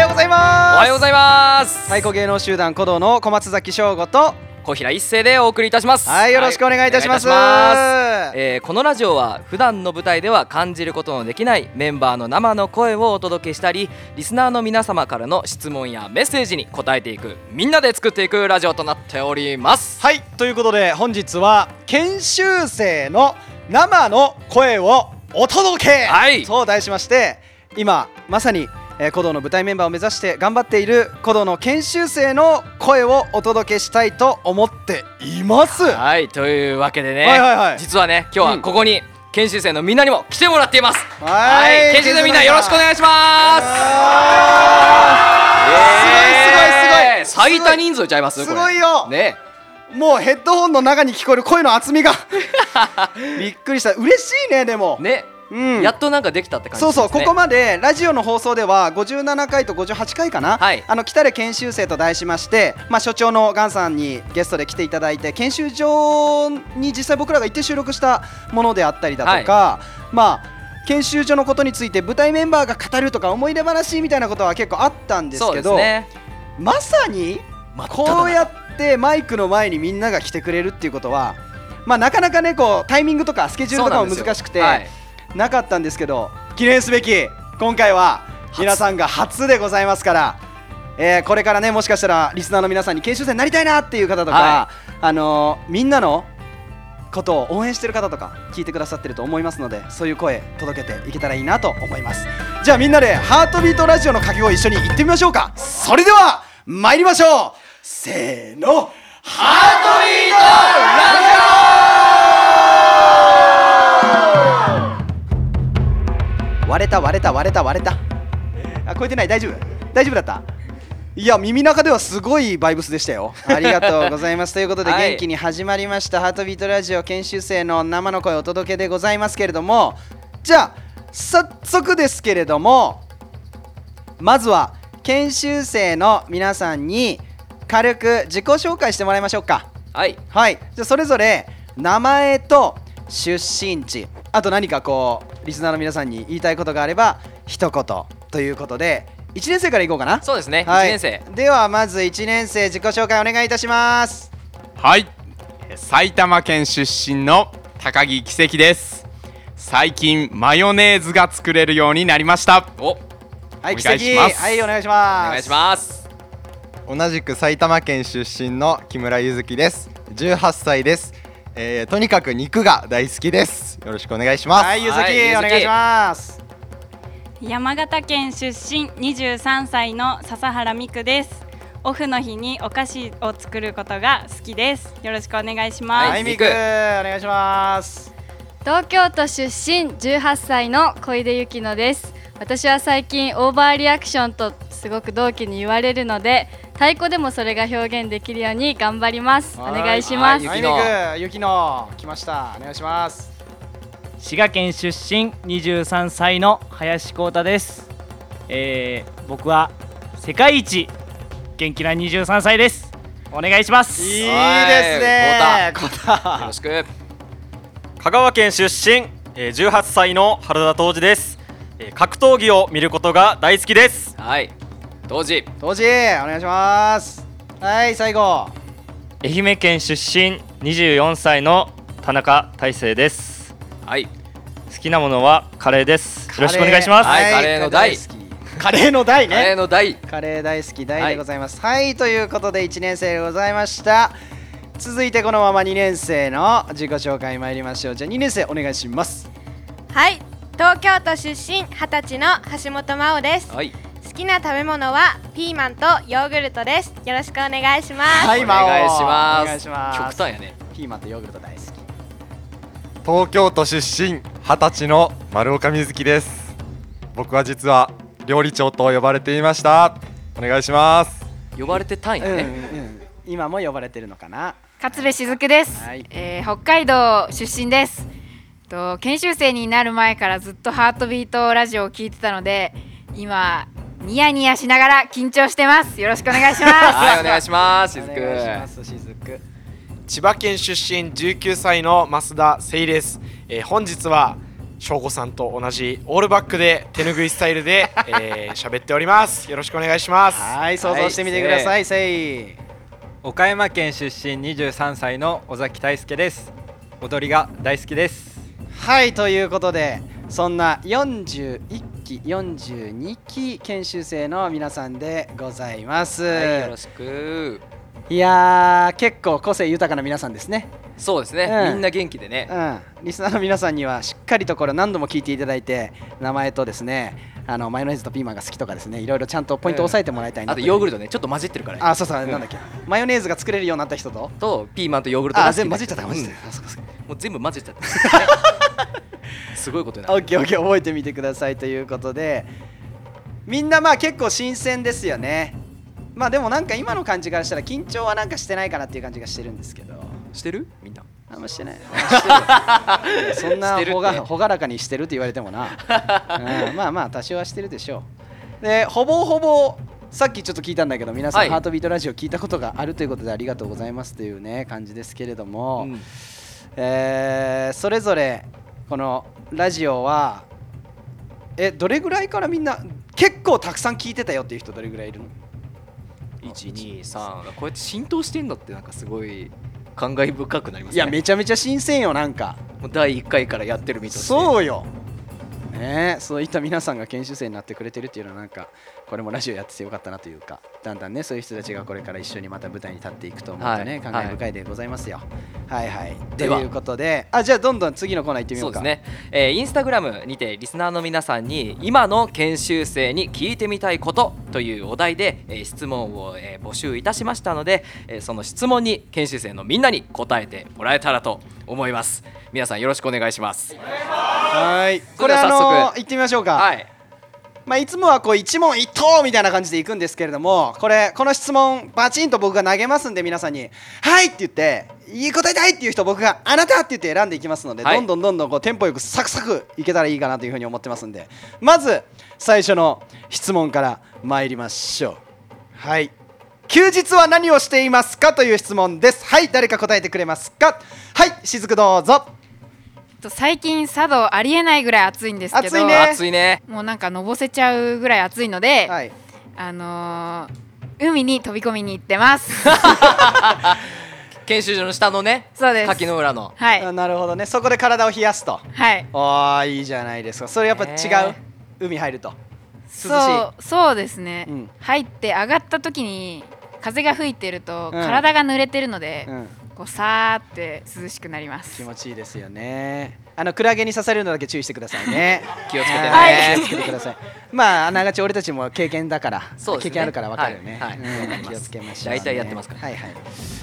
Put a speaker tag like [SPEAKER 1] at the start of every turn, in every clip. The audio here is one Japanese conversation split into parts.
[SPEAKER 1] はようございます
[SPEAKER 2] 最高芸能集団鼓動の小松崎翔吾と
[SPEAKER 1] 小平一世でお送りいたします
[SPEAKER 2] はいよろしくお願いいたします,、
[SPEAKER 1] お願いいたしますえーこのラジオは普段の舞台では感じることのできないメンバーの生の声をお届けしたりリスナーの皆様からの質問やメッセージに答えていくみんなで作っていくラジオとなっております
[SPEAKER 2] はいということで本日は研修生の生の声をお届け、
[SPEAKER 1] はい
[SPEAKER 2] そう題しまして今まさに、えー、鼓動の舞台メンバーを目指して頑張っている鼓動の研修生の声をお届けしたいと思っていますは
[SPEAKER 1] はいというわけでね、
[SPEAKER 2] はいはいはい
[SPEAKER 1] 実はね今日はここに研修生のみんなにも来てもらっています、
[SPEAKER 2] はい
[SPEAKER 1] 研修生のみんなよろしくお願いします
[SPEAKER 2] ー
[SPEAKER 1] えー
[SPEAKER 2] すごいすごいすご
[SPEAKER 1] 最
[SPEAKER 2] い
[SPEAKER 1] 多人数ちゃいます
[SPEAKER 2] すごいよ
[SPEAKER 1] これね
[SPEAKER 2] もうヘッドホンの中に聞こえる声の厚 みがびっくりした嬉しいねでも
[SPEAKER 1] ね、
[SPEAKER 2] うん
[SPEAKER 1] やっとなんかできたって感じ
[SPEAKER 2] そう
[SPEAKER 1] です、ね、
[SPEAKER 2] そうここまでラジオの放送では57回と58回かな、
[SPEAKER 1] はい
[SPEAKER 2] あの来たる研修生と題しまして、まあ、所長のガンさんにゲストで来ていただいて研修所に実際僕らが行って収録したものであったりだとか、まあ研修所のことについて舞台メンバーが語るとか思い出話みたいなことは結構あったんです
[SPEAKER 1] そう
[SPEAKER 2] け
[SPEAKER 1] です
[SPEAKER 2] ど
[SPEAKER 1] ね
[SPEAKER 2] まさにこうやってマイクの前にみんなが来てくれるっていうことは、まあ、なかなかねこうタイミングとかスケジュールとかも難しくて
[SPEAKER 1] そう
[SPEAKER 2] な,、
[SPEAKER 1] なんですよ
[SPEAKER 2] かったんですけど記念すべき今回は
[SPEAKER 1] 初
[SPEAKER 2] 皆さんが初でございますから、えーこれからねもしかしたらリスナーの皆さんに研修生になりたいなっていう方とか、
[SPEAKER 1] は
[SPEAKER 2] あのーみんなのことを応援してる方とか聞いてくださってると思いますのでそういう声届けていけたらいいなと思いますじゃあみんなでハートビートラジオの掛け声一緒に行ってみましょうかそれでは参りましょうせーのハートビートラジオ割れた割れた割れた割れたあ超えてない大丈夫大丈夫だったいや耳中ではすごいバイブスでし たよありがとうございますということで
[SPEAKER 1] はい
[SPEAKER 2] 元気に始まりました「ハートビートラジオ」研修生の生の声お届けでございますけれどもじゃあ早速ですけれどもまずは研修生の皆さんに軽く自己紹介してもらいましょうか
[SPEAKER 1] はい
[SPEAKER 2] はいじゃあそれぞれ名前と出身地あと何かこうリスナーの皆さんに言いたいことがあれば一言ということで1年生からいこうかな
[SPEAKER 1] そうですね、
[SPEAKER 2] はい
[SPEAKER 1] 1年生
[SPEAKER 2] ではまず1年生自己紹介お願いいたします
[SPEAKER 3] はい埼玉県出身の高木奇跡です最近マヨネーズが作れるようになりました
[SPEAKER 1] おお
[SPEAKER 2] はい
[SPEAKER 3] お
[SPEAKER 2] 奇
[SPEAKER 3] 願いします
[SPEAKER 2] 跡はいお願いします
[SPEAKER 1] 願いします
[SPEAKER 4] 同じく埼玉県出身の木村ゆずきです18歳です、えーとにかく肉が大好きですよろしくお願いします、
[SPEAKER 2] はいゆずき、
[SPEAKER 1] はいゆずき
[SPEAKER 2] お願いします
[SPEAKER 5] 山形県出身23歳の笹原美久ですオフの日にお菓子を作ることが好きですよろしくお願いします、
[SPEAKER 2] はいみく
[SPEAKER 1] み
[SPEAKER 2] お
[SPEAKER 1] く
[SPEAKER 2] 願いします
[SPEAKER 6] 東京都出身18歳の小出ゆきのです私は最近オーバーリアクションとすごく同期に言われるので太鼓でもそれが表現できるように頑張りますお
[SPEAKER 2] はい
[SPEAKER 6] 願いします
[SPEAKER 1] ゆ
[SPEAKER 2] はい
[SPEAKER 1] き
[SPEAKER 2] み
[SPEAKER 1] の
[SPEAKER 2] くゆきの来ましたお願いします
[SPEAKER 7] 滋賀県出身23歳の林光太です、えー、僕は世界一元気な23歳ですお願いしま
[SPEAKER 2] い
[SPEAKER 7] す
[SPEAKER 2] いですねこた
[SPEAKER 1] よろしく
[SPEAKER 8] 香川県出身、えー、18歳の原田東司です、えー格闘技を見ることが大好きです
[SPEAKER 1] はい同時
[SPEAKER 2] 当時お願いしますはい最後
[SPEAKER 8] 愛媛県出身24歳の田中大成です
[SPEAKER 1] はい
[SPEAKER 8] 好きなものはカレーですよろしくお願いし
[SPEAKER 2] カ
[SPEAKER 8] ま
[SPEAKER 2] レ
[SPEAKER 8] す、
[SPEAKER 2] ー
[SPEAKER 1] はいカレーの大
[SPEAKER 2] カレーの大
[SPEAKER 1] カレー
[SPEAKER 2] ね
[SPEAKER 1] の大
[SPEAKER 2] カレー大好き大でございますはい、ということで1年生でございました続いてこのまま2年生の自己紹介参りましょうじゃあ2年生お願いします
[SPEAKER 9] はい東京都出身二十歳の橋本真央です
[SPEAKER 1] はい
[SPEAKER 9] 好きな食べ物はピーマンとヨーグルトですよろしくお願いします
[SPEAKER 2] はい
[SPEAKER 1] お願いします
[SPEAKER 2] お願いします
[SPEAKER 1] 極端やね
[SPEAKER 2] ピーマンとヨーグルト大好き
[SPEAKER 4] 東京都出身二十歳の丸岡瑞希です僕は実は料理長と呼ばれていましたお願いします
[SPEAKER 1] 呼ばれてたんや
[SPEAKER 2] うんう
[SPEAKER 1] ね、
[SPEAKER 2] ん今も呼ばれてるのかな
[SPEAKER 10] 勝部雫です、
[SPEAKER 2] はい
[SPEAKER 10] えー北海道出身ですと研修生になる前からずっとハートビートラジオを聞いてたので今ニヤニヤしながら緊張してますよろしくお願いしま
[SPEAKER 1] はいお願いしますしず
[SPEAKER 2] お
[SPEAKER 1] く
[SPEAKER 2] 願いしますしずく
[SPEAKER 11] 千葉県出身19歳の増田聖です、えー本日は翔吾さんと同じオールバックで手ぬぐいスタイルでえー喋っておりますよろしくお願いします
[SPEAKER 2] はい想像してみてください、せい
[SPEAKER 12] 岡山県出身23歳の尾崎大輔です踊りが大好きです
[SPEAKER 2] はいということでそんな41期42期研修生の皆さんでございます、
[SPEAKER 1] はい、よろしく
[SPEAKER 2] いやー結構個性豊かな皆さんですね
[SPEAKER 1] そうですね、
[SPEAKER 2] うん
[SPEAKER 1] みんな元気でね、
[SPEAKER 2] うん、リスナーの皆さんにはしっかりとこれ何度も聞いていただいて名前とですねあのマヨネーズとピーマンが好きとかですねいろいろちゃんとポイントを押さえてもらいたいな
[SPEAKER 1] あとヨーグルトねちょっと混じってるから
[SPEAKER 2] あそうそう、
[SPEAKER 1] ん
[SPEAKER 2] なんだっけマヨネーズが作れるようになった人と
[SPEAKER 1] とピーマンとヨーグルトが好き
[SPEAKER 2] あ全部混じっちゃった混じっちゃった、
[SPEAKER 1] うん
[SPEAKER 2] あそうかそうか
[SPEAKER 1] もう全部混じっちゃった すごいことにな
[SPEAKER 2] オ
[SPEAKER 1] る
[SPEAKER 2] ッケーオッケー覚えてみてくださいということでみんなまあ結構新鮮ですよねまあでもなんか今の感じからしたら緊張はなんかしてないかなっていう感じがしてるんですけど
[SPEAKER 1] してるみんな
[SPEAKER 2] あんましてないしてるそんな
[SPEAKER 1] してるって
[SPEAKER 2] ほがほがらかにしてるって言われてもな、うんまあまあ多少はしてるでしょうでほぼほぼさっきちょっと聞いたんだけど皆さん、
[SPEAKER 1] はい
[SPEAKER 2] ハートビートラジオ聞いたことがあるということでありがとうございますというね感じですけれども、えーそれぞれこのラジオはえどれぐらいからみんな結構たくさん聞いてたよっていう人どれぐらいいるの
[SPEAKER 1] 123がこうやって浸透してんのってなんかすごい感慨深くなりますね
[SPEAKER 2] いやめちゃめちゃ新鮮よなんか
[SPEAKER 1] もう第1回からやってるみたい
[SPEAKER 2] そうよねえそういった皆さんが研修生になってくれてるっていうのはなんかこれもラジオやっててよかったなというかだんだんねそういう人たちがこれから一緒にまた舞台に立っていくと思うとね、
[SPEAKER 1] はい
[SPEAKER 2] 感慨深いでございますよはいはい
[SPEAKER 1] では
[SPEAKER 2] ということであじゃあどんどん次のコーナー行ってみよ
[SPEAKER 1] そうう
[SPEAKER 2] か
[SPEAKER 1] ですね、えーインスタグラムにてリスナーの皆さんに今の研修生に聞いてみたいことというお題で、えー質問を、えー募集いたしましたので、えーその質問に研修生のみんなに答えてもらえたらと思います皆さんよろしくお願いします
[SPEAKER 2] はいこ
[SPEAKER 1] それ
[SPEAKER 2] れ
[SPEAKER 1] では
[SPEAKER 2] あ
[SPEAKER 1] 早速
[SPEAKER 2] の行ってみましょうか
[SPEAKER 1] はい
[SPEAKER 2] まあいつもはこう一問一答みたいな感じで行くんですけれどもこれこの質問バチンと僕が投げますんで皆さんに「はい!」って言って「いい答えたい!」っていう人僕が「あなた!」って言って選んでいきますので、
[SPEAKER 1] はい
[SPEAKER 2] どんどんどんどんこうテンポよくサクサクいけたらいいかなというふうに思ってますんでまず最初の質問から参りましょうはい休日は何をしていますかという質問ですはい誰か答えてくれますかはいしずくどうぞ
[SPEAKER 10] と最近佐渡ありえないぐらい暑いんですけど
[SPEAKER 2] 暑いね暑い
[SPEAKER 1] ね
[SPEAKER 10] もうなんかのぼせちゃうぐらい暑いので、あのー海に飛び込みに行ってます
[SPEAKER 1] 研修所の下のね
[SPEAKER 10] そうです
[SPEAKER 1] 滝の裏の
[SPEAKER 10] はい
[SPEAKER 2] あなるほどねそこで体を冷やすと
[SPEAKER 10] はい
[SPEAKER 2] ああいいじゃないですかそれやっぱ違う、
[SPEAKER 10] ね
[SPEAKER 2] 海入ると涼しい
[SPEAKER 10] そうそうですね、
[SPEAKER 2] うん
[SPEAKER 10] 入って上がった時に風が吹いてると
[SPEAKER 2] うん
[SPEAKER 10] 体が濡れてるので、
[SPEAKER 2] うん
[SPEAKER 10] こうさーって涼しくなります
[SPEAKER 2] 気持ちいいですよねあのクラゲに刺されるのだけ注意してくださいね
[SPEAKER 1] 気をつけてね
[SPEAKER 2] はい気をつけてくださいまああながち俺たちも経験だから、
[SPEAKER 1] そうですね
[SPEAKER 2] 経験あるから分かるよね、
[SPEAKER 1] はいはい
[SPEAKER 2] うん気をつけましょう、
[SPEAKER 1] 大体やってますから
[SPEAKER 2] はいはい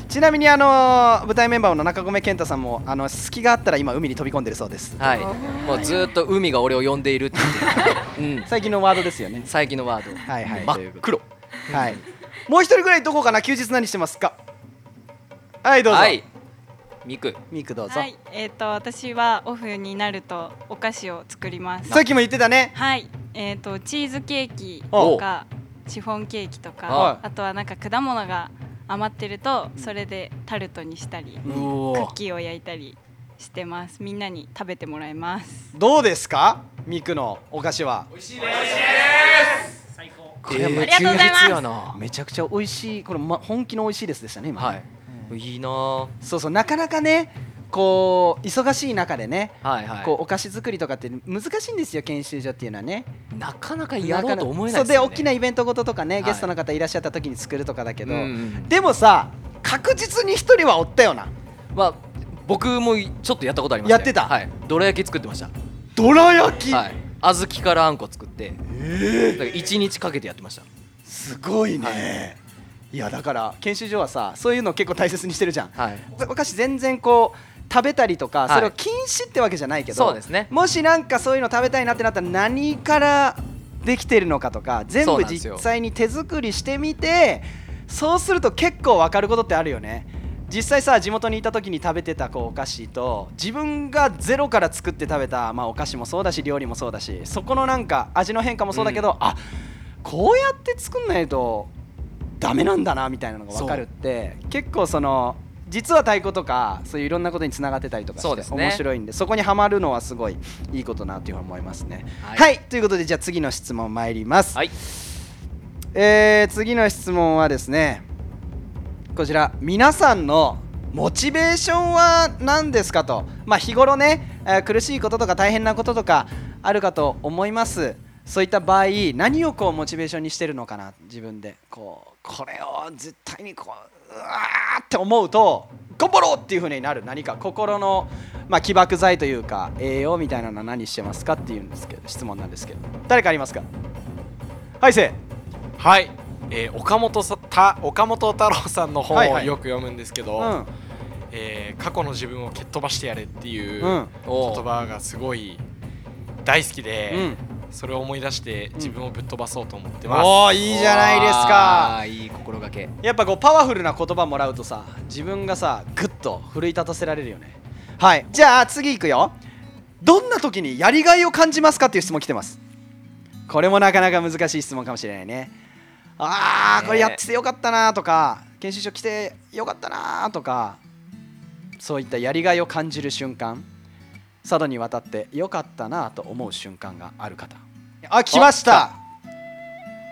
[SPEAKER 2] ちなみにあのー舞台メンバーの中込健太さんもあの隙があったら今海に飛び込んでるそうです
[SPEAKER 1] はいもうずーっと海が俺を呼んでいるって 言ってる
[SPEAKER 2] 最近のワードですよね
[SPEAKER 1] 最近のワードはい
[SPEAKER 2] はい
[SPEAKER 1] 真っ黒
[SPEAKER 2] はいもう一人ぐらいどこかな休日何してますかはいどうぞ
[SPEAKER 1] はいミク
[SPEAKER 2] ミクどうぞ、
[SPEAKER 5] はい、えっ、と私はオフになるとお菓子を作ります。
[SPEAKER 2] さっきも言ってたね
[SPEAKER 5] はい、えっ、とチーズケーキとかシフォンケーキと
[SPEAKER 2] は
[SPEAKER 5] か
[SPEAKER 2] い、
[SPEAKER 5] あとはなんか果物が余ってるとそれでタルトにしたり、ク
[SPEAKER 2] うおー
[SPEAKER 5] ッキーを焼いたりしてます。みんなに食べてもらいます。
[SPEAKER 2] どうですかミクのお菓子は
[SPEAKER 1] これはありがとうございます休日やな
[SPEAKER 2] めちゃくちゃ美味しいこれ、ま、本気の美味しいですでしたね今はい
[SPEAKER 1] いいな
[SPEAKER 2] そうそうなかなかねこう忙しい中でね、
[SPEAKER 1] はいはい
[SPEAKER 2] こうお菓子作りとかって難しいんですよ研修所っていうのはね
[SPEAKER 1] なかなかやろうと思えない
[SPEAKER 2] そう
[SPEAKER 1] です
[SPEAKER 2] で
[SPEAKER 1] よね
[SPEAKER 2] 大きなイベントごととかね、
[SPEAKER 1] い
[SPEAKER 2] ゲストの方いらっしゃった時に作るとかだけど、
[SPEAKER 1] うんうん
[SPEAKER 2] でもさ確実に一人はおったよな
[SPEAKER 1] まあ僕もいちょっとやったことありますね
[SPEAKER 2] やってた
[SPEAKER 1] はいどら焼き作ってました
[SPEAKER 2] どら焼き、
[SPEAKER 1] はい小豆からあんこ作ってだから一日かけてやってました
[SPEAKER 2] すごいね、い、やだから研修所はさそういうの結構大切にしてるじゃん、お菓子全然こう食べたりとか
[SPEAKER 1] はい
[SPEAKER 2] それを禁止ってわけじゃないけど、
[SPEAKER 1] そうですね
[SPEAKER 2] もしなんかそういうの食べたいなってなったら何からできてるのかとか全
[SPEAKER 1] そう
[SPEAKER 2] 部
[SPEAKER 1] なんですよ
[SPEAKER 2] 実際に手作りしてみてそうすると結構わかることってあるよね実際さ地元にいた時に食べてたこうお菓子と自分がゼロから作って食べた、まあ、お菓子もそうだし料理もそうだしそこのなんか味の変化もそうだけど、あこうやって作んないとダメなんだなみたいなのが分かるって結構その実は太鼓とかそういういろんなことにつながってたりとか
[SPEAKER 1] そう
[SPEAKER 2] して、
[SPEAKER 1] ですね
[SPEAKER 2] 面白いんでそこにはまるのはすごいいいことなというふうに思いますね。はい、ということでじゃあ次の質問参ります。えー次の質問はですねこちら皆さんのモチベーションは何ですかと、まあ、日頃ね、えー苦しいこととか大変なこととかあるかと思いますそういった場合何をこうモチベーションにしてるのかな自分でこうこれを絶対にこううわーって思うと頑張ろうっていうふうになる何か心の、まあ、起爆剤というか栄養みたいなのは何してますかっていうんですけど質問なんですけど誰かありますかはいせい
[SPEAKER 11] はい、えー岡本さた岡本太郎さんの
[SPEAKER 2] はい
[SPEAKER 11] 本を
[SPEAKER 2] はい
[SPEAKER 11] よく読むんですけど、
[SPEAKER 2] うん
[SPEAKER 11] えー過去の自分を蹴っ飛ばしてやれっていう
[SPEAKER 2] う
[SPEAKER 11] 言
[SPEAKER 2] ん
[SPEAKER 11] 葉がすごい大好きで、
[SPEAKER 2] うん
[SPEAKER 11] それを思い出して自分をぶっ飛ばそうと思ってます。
[SPEAKER 2] おーいいじゃないですか
[SPEAKER 1] いい心がけ
[SPEAKER 2] やっぱこうパワフルな言葉もらうとさ自分がさグッと奮い立たせられるよねはいじゃあ次いくよどんな時にやりがいを感じますかっていう質問来てますこれもなかなか難しい質問かもしれないねあーこれやっててよかったなとか研修所来てよかったなとかそういったやりがいを感じる瞬間佐渡に渡ってよかったなと思う瞬間がある方あ来ました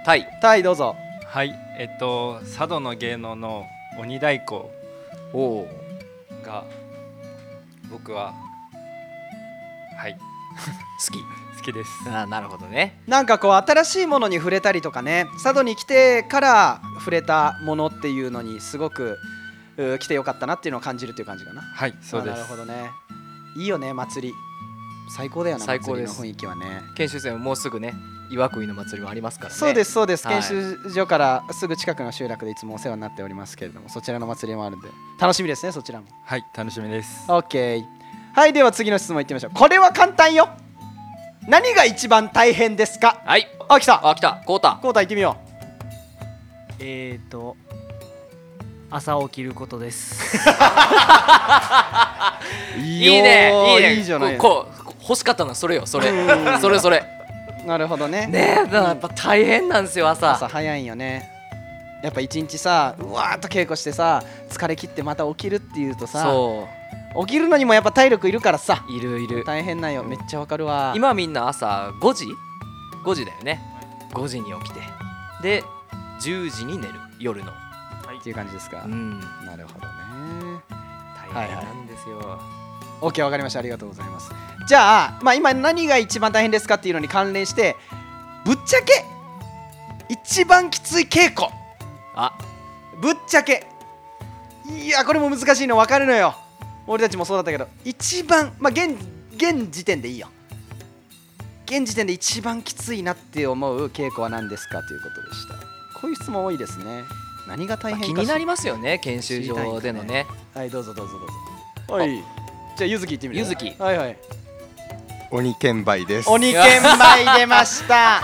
[SPEAKER 1] タイ
[SPEAKER 2] タイどうぞ
[SPEAKER 12] はいえっと佐渡の芸能の鬼太鼓が僕は はい
[SPEAKER 1] 好
[SPEAKER 12] き好きです
[SPEAKER 1] あなるほどね
[SPEAKER 2] なんかこう新しいものに触れたりとかね佐渡に来てから触れたものっていうのにすごくうー来てよかったなっていうのを感じるっていう感じかな
[SPEAKER 12] はいそうです
[SPEAKER 2] あなるほどねいいよね祭り最高だよな
[SPEAKER 1] 最高です
[SPEAKER 2] 祭りの雰囲気はね
[SPEAKER 1] 研修生ももうすぐね岩国の祭りもありますからね
[SPEAKER 2] そうですそうです、
[SPEAKER 1] はい
[SPEAKER 2] 研修所からすぐ近くの集落でいつもお世話になっておりますけれどもそちらの祭りもあるんで楽しみですねそちらも
[SPEAKER 12] はい楽しみです
[SPEAKER 2] オッケーはいでは次の質問いってみましょうこれは簡単よ何が一番大変ですか
[SPEAKER 1] はい
[SPEAKER 2] あ来た
[SPEAKER 1] あ来たコータ
[SPEAKER 2] コータ行ってみよ
[SPEAKER 7] えっ、ー、と朝起きることです
[SPEAKER 1] い
[SPEAKER 7] い
[SPEAKER 1] いねいいね
[SPEAKER 7] いいじゃない
[SPEAKER 1] こうこう欲しかったのはそれよそれ
[SPEAKER 2] うん
[SPEAKER 1] それそれ
[SPEAKER 2] うなるほどね
[SPEAKER 1] ねえだからやっぱ大変なんですよ朝
[SPEAKER 2] 朝早いんよねやっぱ一日さうわーっと稽古してさ疲れ切ってまた起きるっていうとさ
[SPEAKER 1] そ
[SPEAKER 2] 起きるのにもやっぱ体力いるからさ
[SPEAKER 1] いるいる
[SPEAKER 2] 大変なんよめっちゃわかるわ
[SPEAKER 1] 今みんな朝5時5時だよね5時に起きてで10時に寝る夜の
[SPEAKER 2] っていう感じですか
[SPEAKER 1] うん
[SPEAKER 2] なるほどね
[SPEAKER 1] 大変なんですよ、
[SPEAKER 2] OK わかりましたありがとうございますじゃあ,、まあ今何が一番大変ですかっていうのに関連してぶっちゃけ一番きつい稽古
[SPEAKER 1] あ
[SPEAKER 2] ぶっちゃけいやこれも難しいの分かるのよ俺たちもそうだったけど一番まあ現現時点でいいよ現時点で一番きついなって思う稽古は何ですかということでしたこういう質問多いですね何が大変か
[SPEAKER 1] 気になりますよね研修所でのね
[SPEAKER 2] はいどうぞどうぞどうぞはいじゃあゆずき行ってみる
[SPEAKER 1] ゆずき
[SPEAKER 2] はいはい
[SPEAKER 13] 鬼剣売です
[SPEAKER 2] 鬼剣舞出ました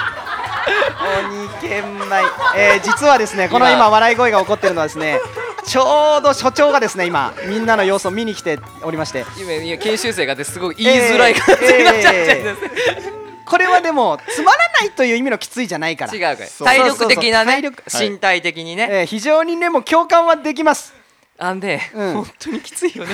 [SPEAKER 2] 鬼剣舞、えー実はですねこの今笑い声が起こってるのはですねちょうど所長がですね今みんなの様子を見に来ておりまして
[SPEAKER 1] 今いや研修生がですごい言いづらい感じになっちゃってるんです、
[SPEAKER 2] これはでもつまらないという意味のきついじゃないから
[SPEAKER 1] 違うから体力的なね
[SPEAKER 2] そうそうそう体力
[SPEAKER 1] 身体的にね、
[SPEAKER 2] えー非常にでも共感はできます
[SPEAKER 1] あんで、本
[SPEAKER 2] 当に
[SPEAKER 1] きついよね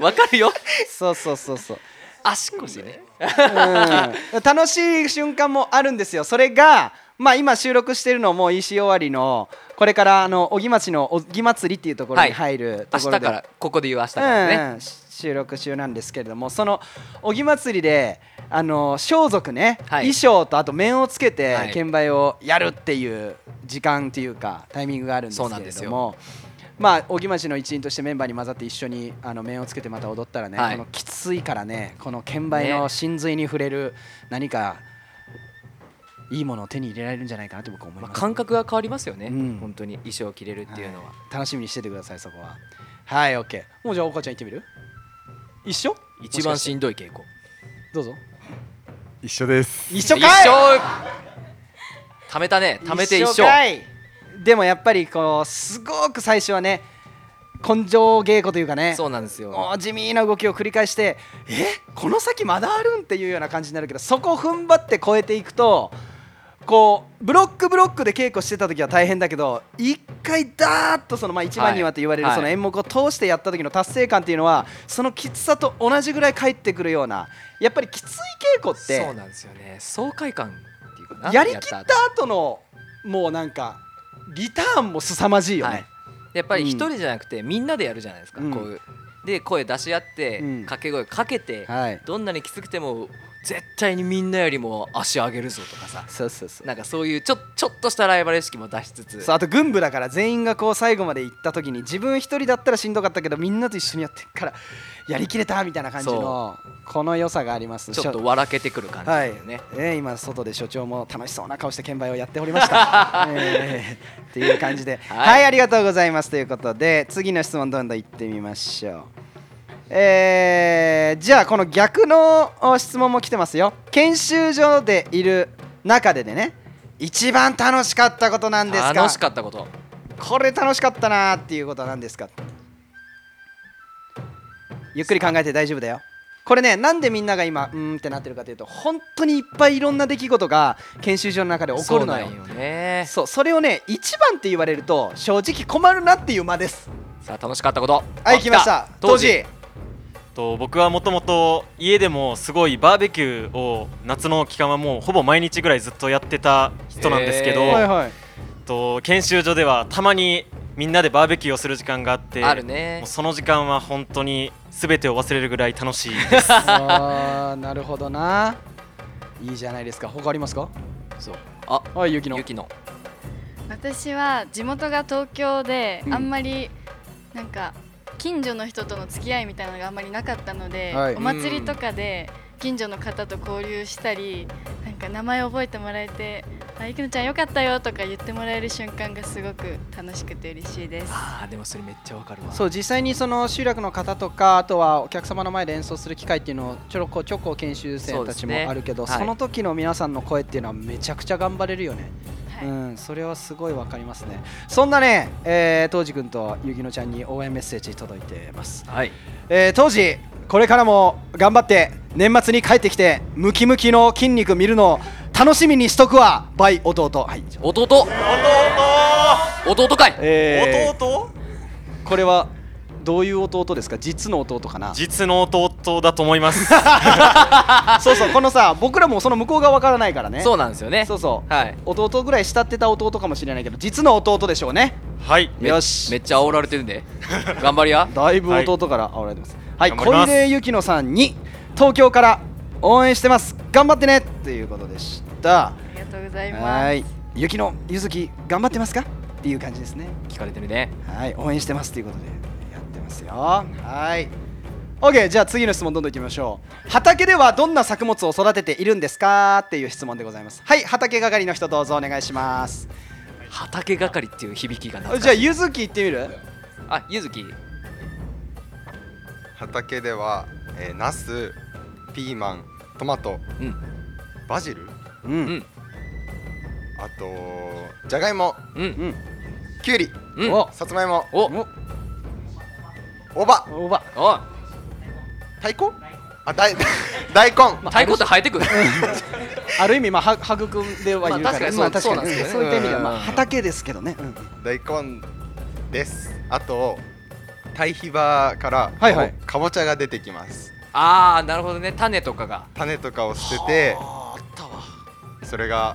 [SPEAKER 1] わかるよ
[SPEAKER 2] そうそうそうそう
[SPEAKER 1] 足腰ね、
[SPEAKER 2] うん楽しい瞬間もあるんですよそれがまあ今収録してるのも石終わりのこれからあの小木町の小木祭りっていうところに入るとこ
[SPEAKER 1] 明
[SPEAKER 2] ろ
[SPEAKER 1] 日
[SPEAKER 2] で、
[SPEAKER 1] からここで言う明日からね、
[SPEAKER 2] うんうんし収録中なんですけれどもその小木祭りであの装束ね、衣装とあと面をつけて
[SPEAKER 1] はい
[SPEAKER 2] 剣舞をやるっていう時間というかタイミングがあるんです
[SPEAKER 1] そうな
[SPEAKER 2] け
[SPEAKER 1] ん
[SPEAKER 2] れ
[SPEAKER 1] です
[SPEAKER 2] ど
[SPEAKER 1] よ
[SPEAKER 2] も。まあ、小木町の一員としてメンバーに混ざって一緒にあの面をつけてまた踊ったらね、
[SPEAKER 1] はい
[SPEAKER 2] このきついからねこの剣舞の真髄に触れる何かいいものを手に入れられるんじゃないかなと僕は思います、
[SPEAKER 1] 感覚が変わりますよね、本当に衣装を着れるっていうのは、
[SPEAKER 2] 楽しみにしててくださいそこははい OK もうじゃあ岡ちゃん行ってみる一緒
[SPEAKER 1] 一番しんどい稽古
[SPEAKER 2] どうぞ
[SPEAKER 4] 一緒です
[SPEAKER 2] 一緒かい
[SPEAKER 1] 一緒貯めたね貯めて一緒
[SPEAKER 2] かいでもやっぱりこうすごく最初はね根性稽古というかね
[SPEAKER 1] そうなんですよ
[SPEAKER 2] もう地味な動きを繰り返してえこの先まだあるんっていうような感じになるけどそこを踏ん張って超えていくとこうブロックブロックで稽古してた時は大変だけど一回ダーッとそのまあ一番にはと言われる
[SPEAKER 1] はい
[SPEAKER 2] その演目を通してやった時の達成感っていうのはそのきつさと同じぐらい返ってくるようなやっぱりきつい稽古って
[SPEAKER 1] そうなんですよね爽快感っていうかな
[SPEAKER 2] やりきった
[SPEAKER 1] やっ
[SPEAKER 2] 後のもうなんかリターンも凄まじいよね、
[SPEAKER 1] やっぱり一人じゃなくてみんなでやるじゃないですか、
[SPEAKER 2] うん
[SPEAKER 1] こういうで声出し合って
[SPEAKER 2] うん
[SPEAKER 1] 掛、け声かけて、
[SPEAKER 2] はい
[SPEAKER 1] どんなにきつくても絶対にみんなよりも足上げるぞとかさ
[SPEAKER 2] そうそうそう
[SPEAKER 1] なんかそういうちょちょっとしたライバル意識も出しつつ
[SPEAKER 2] そうあと軍部だから全員がこう最後まで行った時に自分一人だったらしんどかったけどみんなと一緒にやってるからやりきれたみたいな感じのこの良さがあります
[SPEAKER 1] ちょっと笑けてくる感じだよね、
[SPEAKER 2] はいえー今外で所長も楽しそうな顔して券売をやっておりま した、えーっていう感じではい、ありがとうございますということで次の質問どんどんいってみましょうえーじゃあこの逆のお質問も来てますよ研修所でいる中ででね一番楽しかったことなんですか
[SPEAKER 1] 楽しかったこと
[SPEAKER 2] これ楽しかったなーっていうことは何ですかゆっくり考えて大丈夫だよこれねなんでみんなが今うーんってなってるかというと本当にいっぱいいろんな出来事が研修所の中で起こるのよ
[SPEAKER 1] そうなんよね
[SPEAKER 2] そうそれをね一番って言われると正直困るなっていう間です
[SPEAKER 1] さあ楽しかったこと
[SPEAKER 2] はい来ました当時
[SPEAKER 8] と僕はもともと家でもすごいバーベキューを夏の期間はもうほぼ毎日ぐらいずっとやってた人なんですけど、
[SPEAKER 2] へーはいはい
[SPEAKER 8] と研修所ではたまにみんなでバーベキューをする時間があって
[SPEAKER 1] あるね
[SPEAKER 8] もうその時間は本当に全てを忘れるぐらい楽しいです
[SPEAKER 2] あ ーなるほどないいじゃないですか他ありますか
[SPEAKER 1] そうあ
[SPEAKER 2] はいゆきの
[SPEAKER 1] ゆきの
[SPEAKER 6] 私は地元が東京で、
[SPEAKER 2] うん
[SPEAKER 6] あんまりなんか近所の人との付き合いみたいなのがあんまりなかったので、
[SPEAKER 14] はい
[SPEAKER 6] お祭りとかで近所の方と交流したりなんか名前覚えてもらえて「あゆきのちゃんよかったよ」とか言ってもらえる瞬間がすごく楽しくて嬉しいです。
[SPEAKER 1] あでもそれめっちゃわかるわ
[SPEAKER 2] そう実際にその集落の方とかあとはお客様の前で演奏する機会っていうのをちょろこちょこ研修生たちも
[SPEAKER 1] そうですね
[SPEAKER 2] あるけどそ,、
[SPEAKER 1] はい
[SPEAKER 2] の時の皆さんの声っていうのはめちゃくちゃ頑張れるよね、うんそれはすごいわかりますねそんなね、えー、当時くんとゆきのちゃんに応援メッセージ届いてます
[SPEAKER 1] はい
[SPEAKER 2] えー当時これからも頑張って年末に帰ってきてムキムキの筋肉見るのを楽しみにしとくわバイ弟はい
[SPEAKER 1] 弟弟弟かい、
[SPEAKER 8] 弟
[SPEAKER 2] これはどういう弟ですか実の弟かな
[SPEAKER 8] 実の弟だと思います
[SPEAKER 2] そうそうこのさ僕らもその向こうがわからないからね
[SPEAKER 1] そうなんですよね
[SPEAKER 2] そうそう、
[SPEAKER 1] はい、
[SPEAKER 2] 弟ぐらい慕ってた弟かもしれないけど実の弟でしょうね
[SPEAKER 8] はい
[SPEAKER 1] よしめっちゃ煽られてるんで頑張りや
[SPEAKER 2] だいぶ弟から煽られてますはい
[SPEAKER 1] 頑張りま
[SPEAKER 2] 小
[SPEAKER 1] す
[SPEAKER 2] 出ゆきのさんに東京から応援してます頑張ってねということでした
[SPEAKER 6] ありがとうございま
[SPEAKER 2] は
[SPEAKER 6] す。
[SPEAKER 2] いゆきのゆずき頑張ってますかっていう感じですね
[SPEAKER 1] 聞かれてるね
[SPEAKER 2] はい応援してますということでやってますよはい OK じゃあ次の質問どんどんいきましょう畑ではどんな作物を育てているんですかっていう質問でございますはい畑係の人どうぞお願いします
[SPEAKER 1] 畑係っていう響きが懐かしい
[SPEAKER 2] じゃあゆずき行ってみる
[SPEAKER 1] あゆずき
[SPEAKER 13] 畑では、えー、ナスピーマントマト、バジル、
[SPEAKER 2] うん、
[SPEAKER 13] あとじゃがいも、
[SPEAKER 1] うん
[SPEAKER 2] うん、
[SPEAKER 13] きゅうり、
[SPEAKER 2] お
[SPEAKER 13] さつまいも
[SPEAKER 1] お
[SPEAKER 13] おば
[SPEAKER 2] おば
[SPEAKER 1] お
[SPEAKER 13] 太鼓あ大 大根
[SPEAKER 1] 太鼓って生えてくる
[SPEAKER 2] ある意味まあは育んではいるか
[SPEAKER 13] ま
[SPEAKER 2] ら、
[SPEAKER 13] あ確かに
[SPEAKER 2] まあ
[SPEAKER 13] そう
[SPEAKER 2] 確かに
[SPEAKER 13] そ
[SPEAKER 2] そうう
[SPEAKER 13] ないんですよね
[SPEAKER 2] った意味ではま
[SPEAKER 13] うん
[SPEAKER 2] あ畑ですけどね、うん
[SPEAKER 13] 大根ですあと堆肥場から
[SPEAKER 2] はいはい
[SPEAKER 13] かぼかぼちゃが出てきます
[SPEAKER 1] ああなるほどね種とかが
[SPEAKER 13] 種とかを捨ててそれが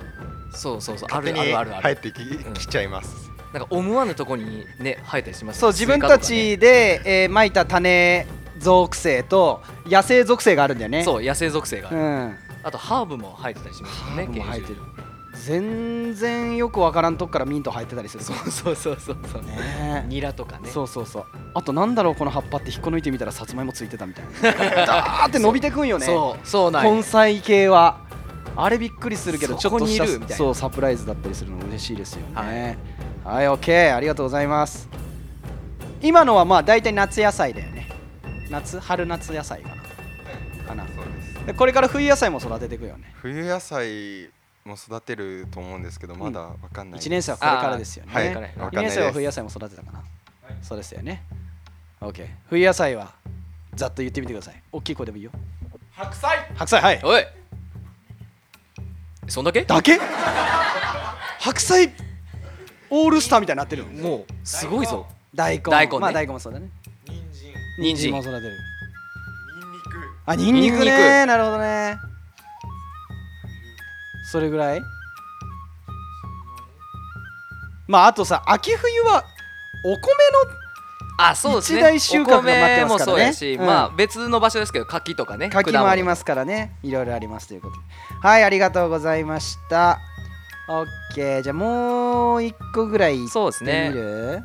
[SPEAKER 1] そうそうそうあ
[SPEAKER 13] 勝手
[SPEAKER 1] る
[SPEAKER 13] に
[SPEAKER 1] あるあるある
[SPEAKER 13] 入ってききちゃいます
[SPEAKER 1] なんか思わぬとこにね生えたりします
[SPEAKER 2] そう自分たちで、えー、まいた種属性と野生属性があるんだよね
[SPEAKER 1] そう野生属性がある
[SPEAKER 2] うん
[SPEAKER 1] あとハーブも生えてたりしますよね
[SPEAKER 2] ハーブも生えてる
[SPEAKER 1] 研修
[SPEAKER 2] 全然よくわからんとこからミント生えてたりする
[SPEAKER 1] そうそうそうそうそう
[SPEAKER 2] ね
[SPEAKER 1] ニラとかね
[SPEAKER 2] そうそうそうあとなんだろうこの葉っぱって引っこ抜いてみたらさつまいもついてたみたい なダーって伸びてくんよね
[SPEAKER 1] そうそうなんよ
[SPEAKER 2] 根菜系はあれびっくりするけどち
[SPEAKER 1] そ
[SPEAKER 2] ょっ
[SPEAKER 1] ことに
[SPEAKER 2] し
[SPEAKER 1] い
[SPEAKER 2] た
[SPEAKER 1] るみたいな
[SPEAKER 2] そうサプライズだったりするの嬉しいですよねはい、OK ありがとうございます今のはまあ大体夏野菜だよね夏春夏野菜かなかなでこれから冬野菜も育てていくよね
[SPEAKER 13] 冬野菜も育てると思うんですけどまだわかんないです、
[SPEAKER 2] 1年生はこれからですよね、
[SPEAKER 13] はい、わ
[SPEAKER 2] 2
[SPEAKER 13] かんない
[SPEAKER 2] 年
[SPEAKER 13] です
[SPEAKER 2] 生は冬野菜も育てたかな、そうですよね OK 冬野菜はざっと言ってみてください大きい声でもいいよ
[SPEAKER 11] 白菜
[SPEAKER 2] 白菜はい
[SPEAKER 1] おいそんだけ
[SPEAKER 2] だけ白菜オールスターみたいになってる
[SPEAKER 1] もうすごいぞ
[SPEAKER 2] 大根
[SPEAKER 1] 大根ね
[SPEAKER 2] まあ大根もそうだね
[SPEAKER 1] 人参
[SPEAKER 2] も育てるあニンニクねなるほどねそれぐらいまああとさ秋冬はお米の
[SPEAKER 1] あそうですね
[SPEAKER 2] 一大収穫が待って
[SPEAKER 1] お米も
[SPEAKER 2] ますからね
[SPEAKER 1] そうやし、
[SPEAKER 2] うん
[SPEAKER 1] まあ別の場所ですけど柿とかね
[SPEAKER 2] 柿もありますすからねいろいろありますということではいありがとうございましたオッケーじゃあもう一個ぐらいいってみる
[SPEAKER 1] そうですね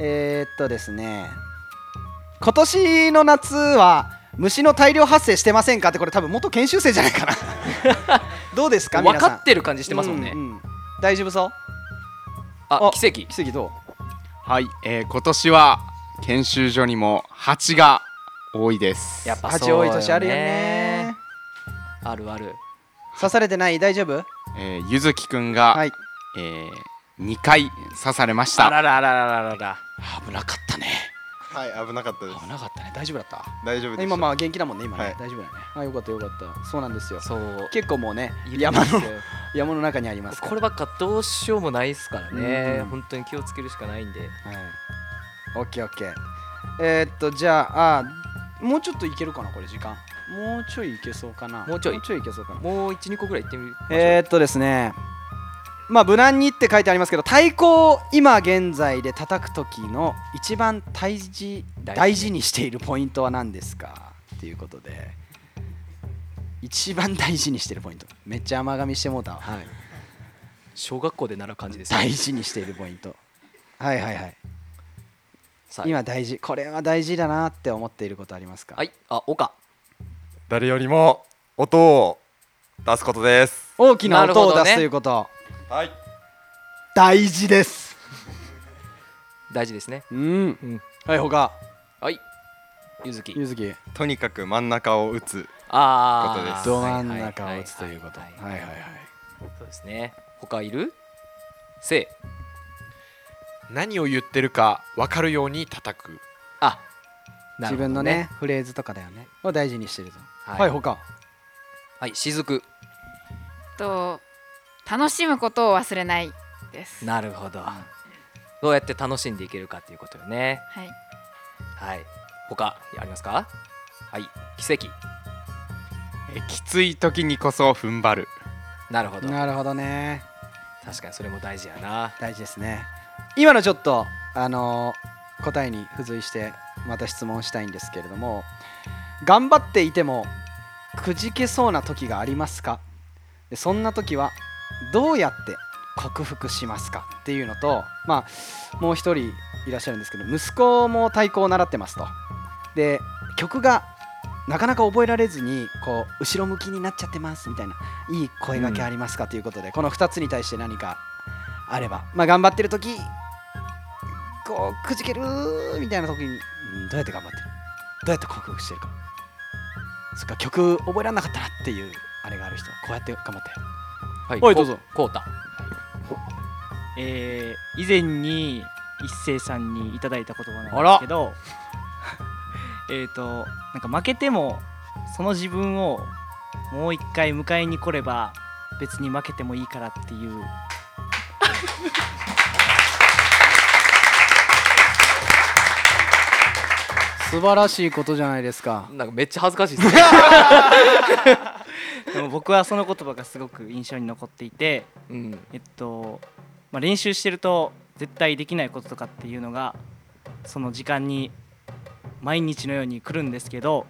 [SPEAKER 2] えー、っとですね今年の夏は虫の大量発生してませんかってこれ多分元研修生じゃないかなどうですか
[SPEAKER 1] 分
[SPEAKER 2] 皆さん
[SPEAKER 1] かってる感じしてますもんね、
[SPEAKER 2] う大丈夫そう
[SPEAKER 1] あ奇跡
[SPEAKER 2] 奇跡ど
[SPEAKER 3] はい、えー今年は研修所にも蜂が多いです。
[SPEAKER 1] やっぱ
[SPEAKER 2] 八
[SPEAKER 1] そう
[SPEAKER 2] 多
[SPEAKER 1] よ
[SPEAKER 2] い年あるよね
[SPEAKER 1] あるある
[SPEAKER 2] 刺されてない大丈夫
[SPEAKER 3] えーゆずきくんが、えー2回刺されました。
[SPEAKER 13] あら
[SPEAKER 3] ららららら。危なかったね。
[SPEAKER 13] はい危なかったです危
[SPEAKER 2] なかったね大丈夫だった
[SPEAKER 13] 大丈夫でした
[SPEAKER 2] 今まあ元気だもんね今ね、
[SPEAKER 13] はい
[SPEAKER 2] 大丈夫だねあよかったよかったそうなんですよ結構もうね山の山の中にありますから
[SPEAKER 1] こればっかどうしようもないですからね、
[SPEAKER 2] うん
[SPEAKER 1] 本当に気をつけるしかないんで、
[SPEAKER 2] オッケーオッケーえー、っとじゃああもうちょっといけるかなこれ時間もうちょいいけそうかな
[SPEAKER 1] もうちょい
[SPEAKER 2] もうちょいいけそうかな
[SPEAKER 1] もう12個ぐらい行ってみる
[SPEAKER 2] えー、っとですねまあ無難にって書いてありますけど太鼓を今現在で叩く時の一番大事大事にしているポイントは何ですかっていうことで一番大事にしてるポイントめっちゃ甘噛みしてもうたわ、
[SPEAKER 1] 小学校で習う感じですね
[SPEAKER 2] 大事にしているポイントはいはいはい
[SPEAKER 1] さあ
[SPEAKER 2] 今大事これは大事だなって思っていることありますか
[SPEAKER 1] はいあ岡
[SPEAKER 4] 誰よりも音を出すことです
[SPEAKER 2] 大きな音を出すという
[SPEAKER 4] と
[SPEAKER 2] こと、
[SPEAKER 4] はい
[SPEAKER 2] 大事です
[SPEAKER 1] 大事ですね
[SPEAKER 2] うん、はい他
[SPEAKER 1] はいゆずき
[SPEAKER 2] ゆずき
[SPEAKER 13] とにかく真ん中を打つ
[SPEAKER 1] あ
[SPEAKER 13] ことで
[SPEAKER 1] あ
[SPEAKER 13] す
[SPEAKER 2] ど真ん中を打つということはいはいはい
[SPEAKER 1] そうですね他いるせい
[SPEAKER 11] 何を言ってるか分かるように叩く
[SPEAKER 1] あ
[SPEAKER 2] 自分のねフレーズとかだよねを大事にしてると、
[SPEAKER 1] はい
[SPEAKER 2] 他
[SPEAKER 1] はい雫
[SPEAKER 10] と楽しむことを忘れないです
[SPEAKER 1] なるほどどうやって楽しんでいけるかっていうことよね
[SPEAKER 10] はい
[SPEAKER 1] はい他ありますかはい奇跡
[SPEAKER 3] えーきつい時にこそ踏ん張る。
[SPEAKER 1] なるほど
[SPEAKER 2] なるほどね
[SPEAKER 1] 確かにそれも大事やな
[SPEAKER 2] 大事ですね今のちょっとあのー答えに付随してまた質問したいんですけれども頑張っていてもくじけそうな時がありますかでそんな時はどうやって克服しますかっていうのとまあもう一人いらっしゃるんですけど息子も太鼓を習ってますとで曲がなかなか覚えられずにこう後ろ向きになっちゃってますみたいないい声掛けありますかということで、この2つに対して何かあればまあ頑張ってる時こうくじけるみたいな時に、うん、どうやって頑張ってるどうやって克服してるかそっか曲覚えられなかったなっていうあれがある人こうやって頑張って
[SPEAKER 1] はい
[SPEAKER 2] おいどうぞ
[SPEAKER 1] こうた
[SPEAKER 7] えー以前に一斉さんにいただいた言葉なんですけど えっとなんか負けてもその自分をもう一回迎えに来れば別に負けてもいいからっていう
[SPEAKER 2] 素晴らしいことじゃないですか
[SPEAKER 1] なんかめっちゃ恥ずかしいですね
[SPEAKER 7] でも僕はその言葉がすごく印象に残っていて、
[SPEAKER 1] うん
[SPEAKER 7] えっとまあ、練習してると絶対できないこととかっていうのがその時間に毎日のように来るんですけど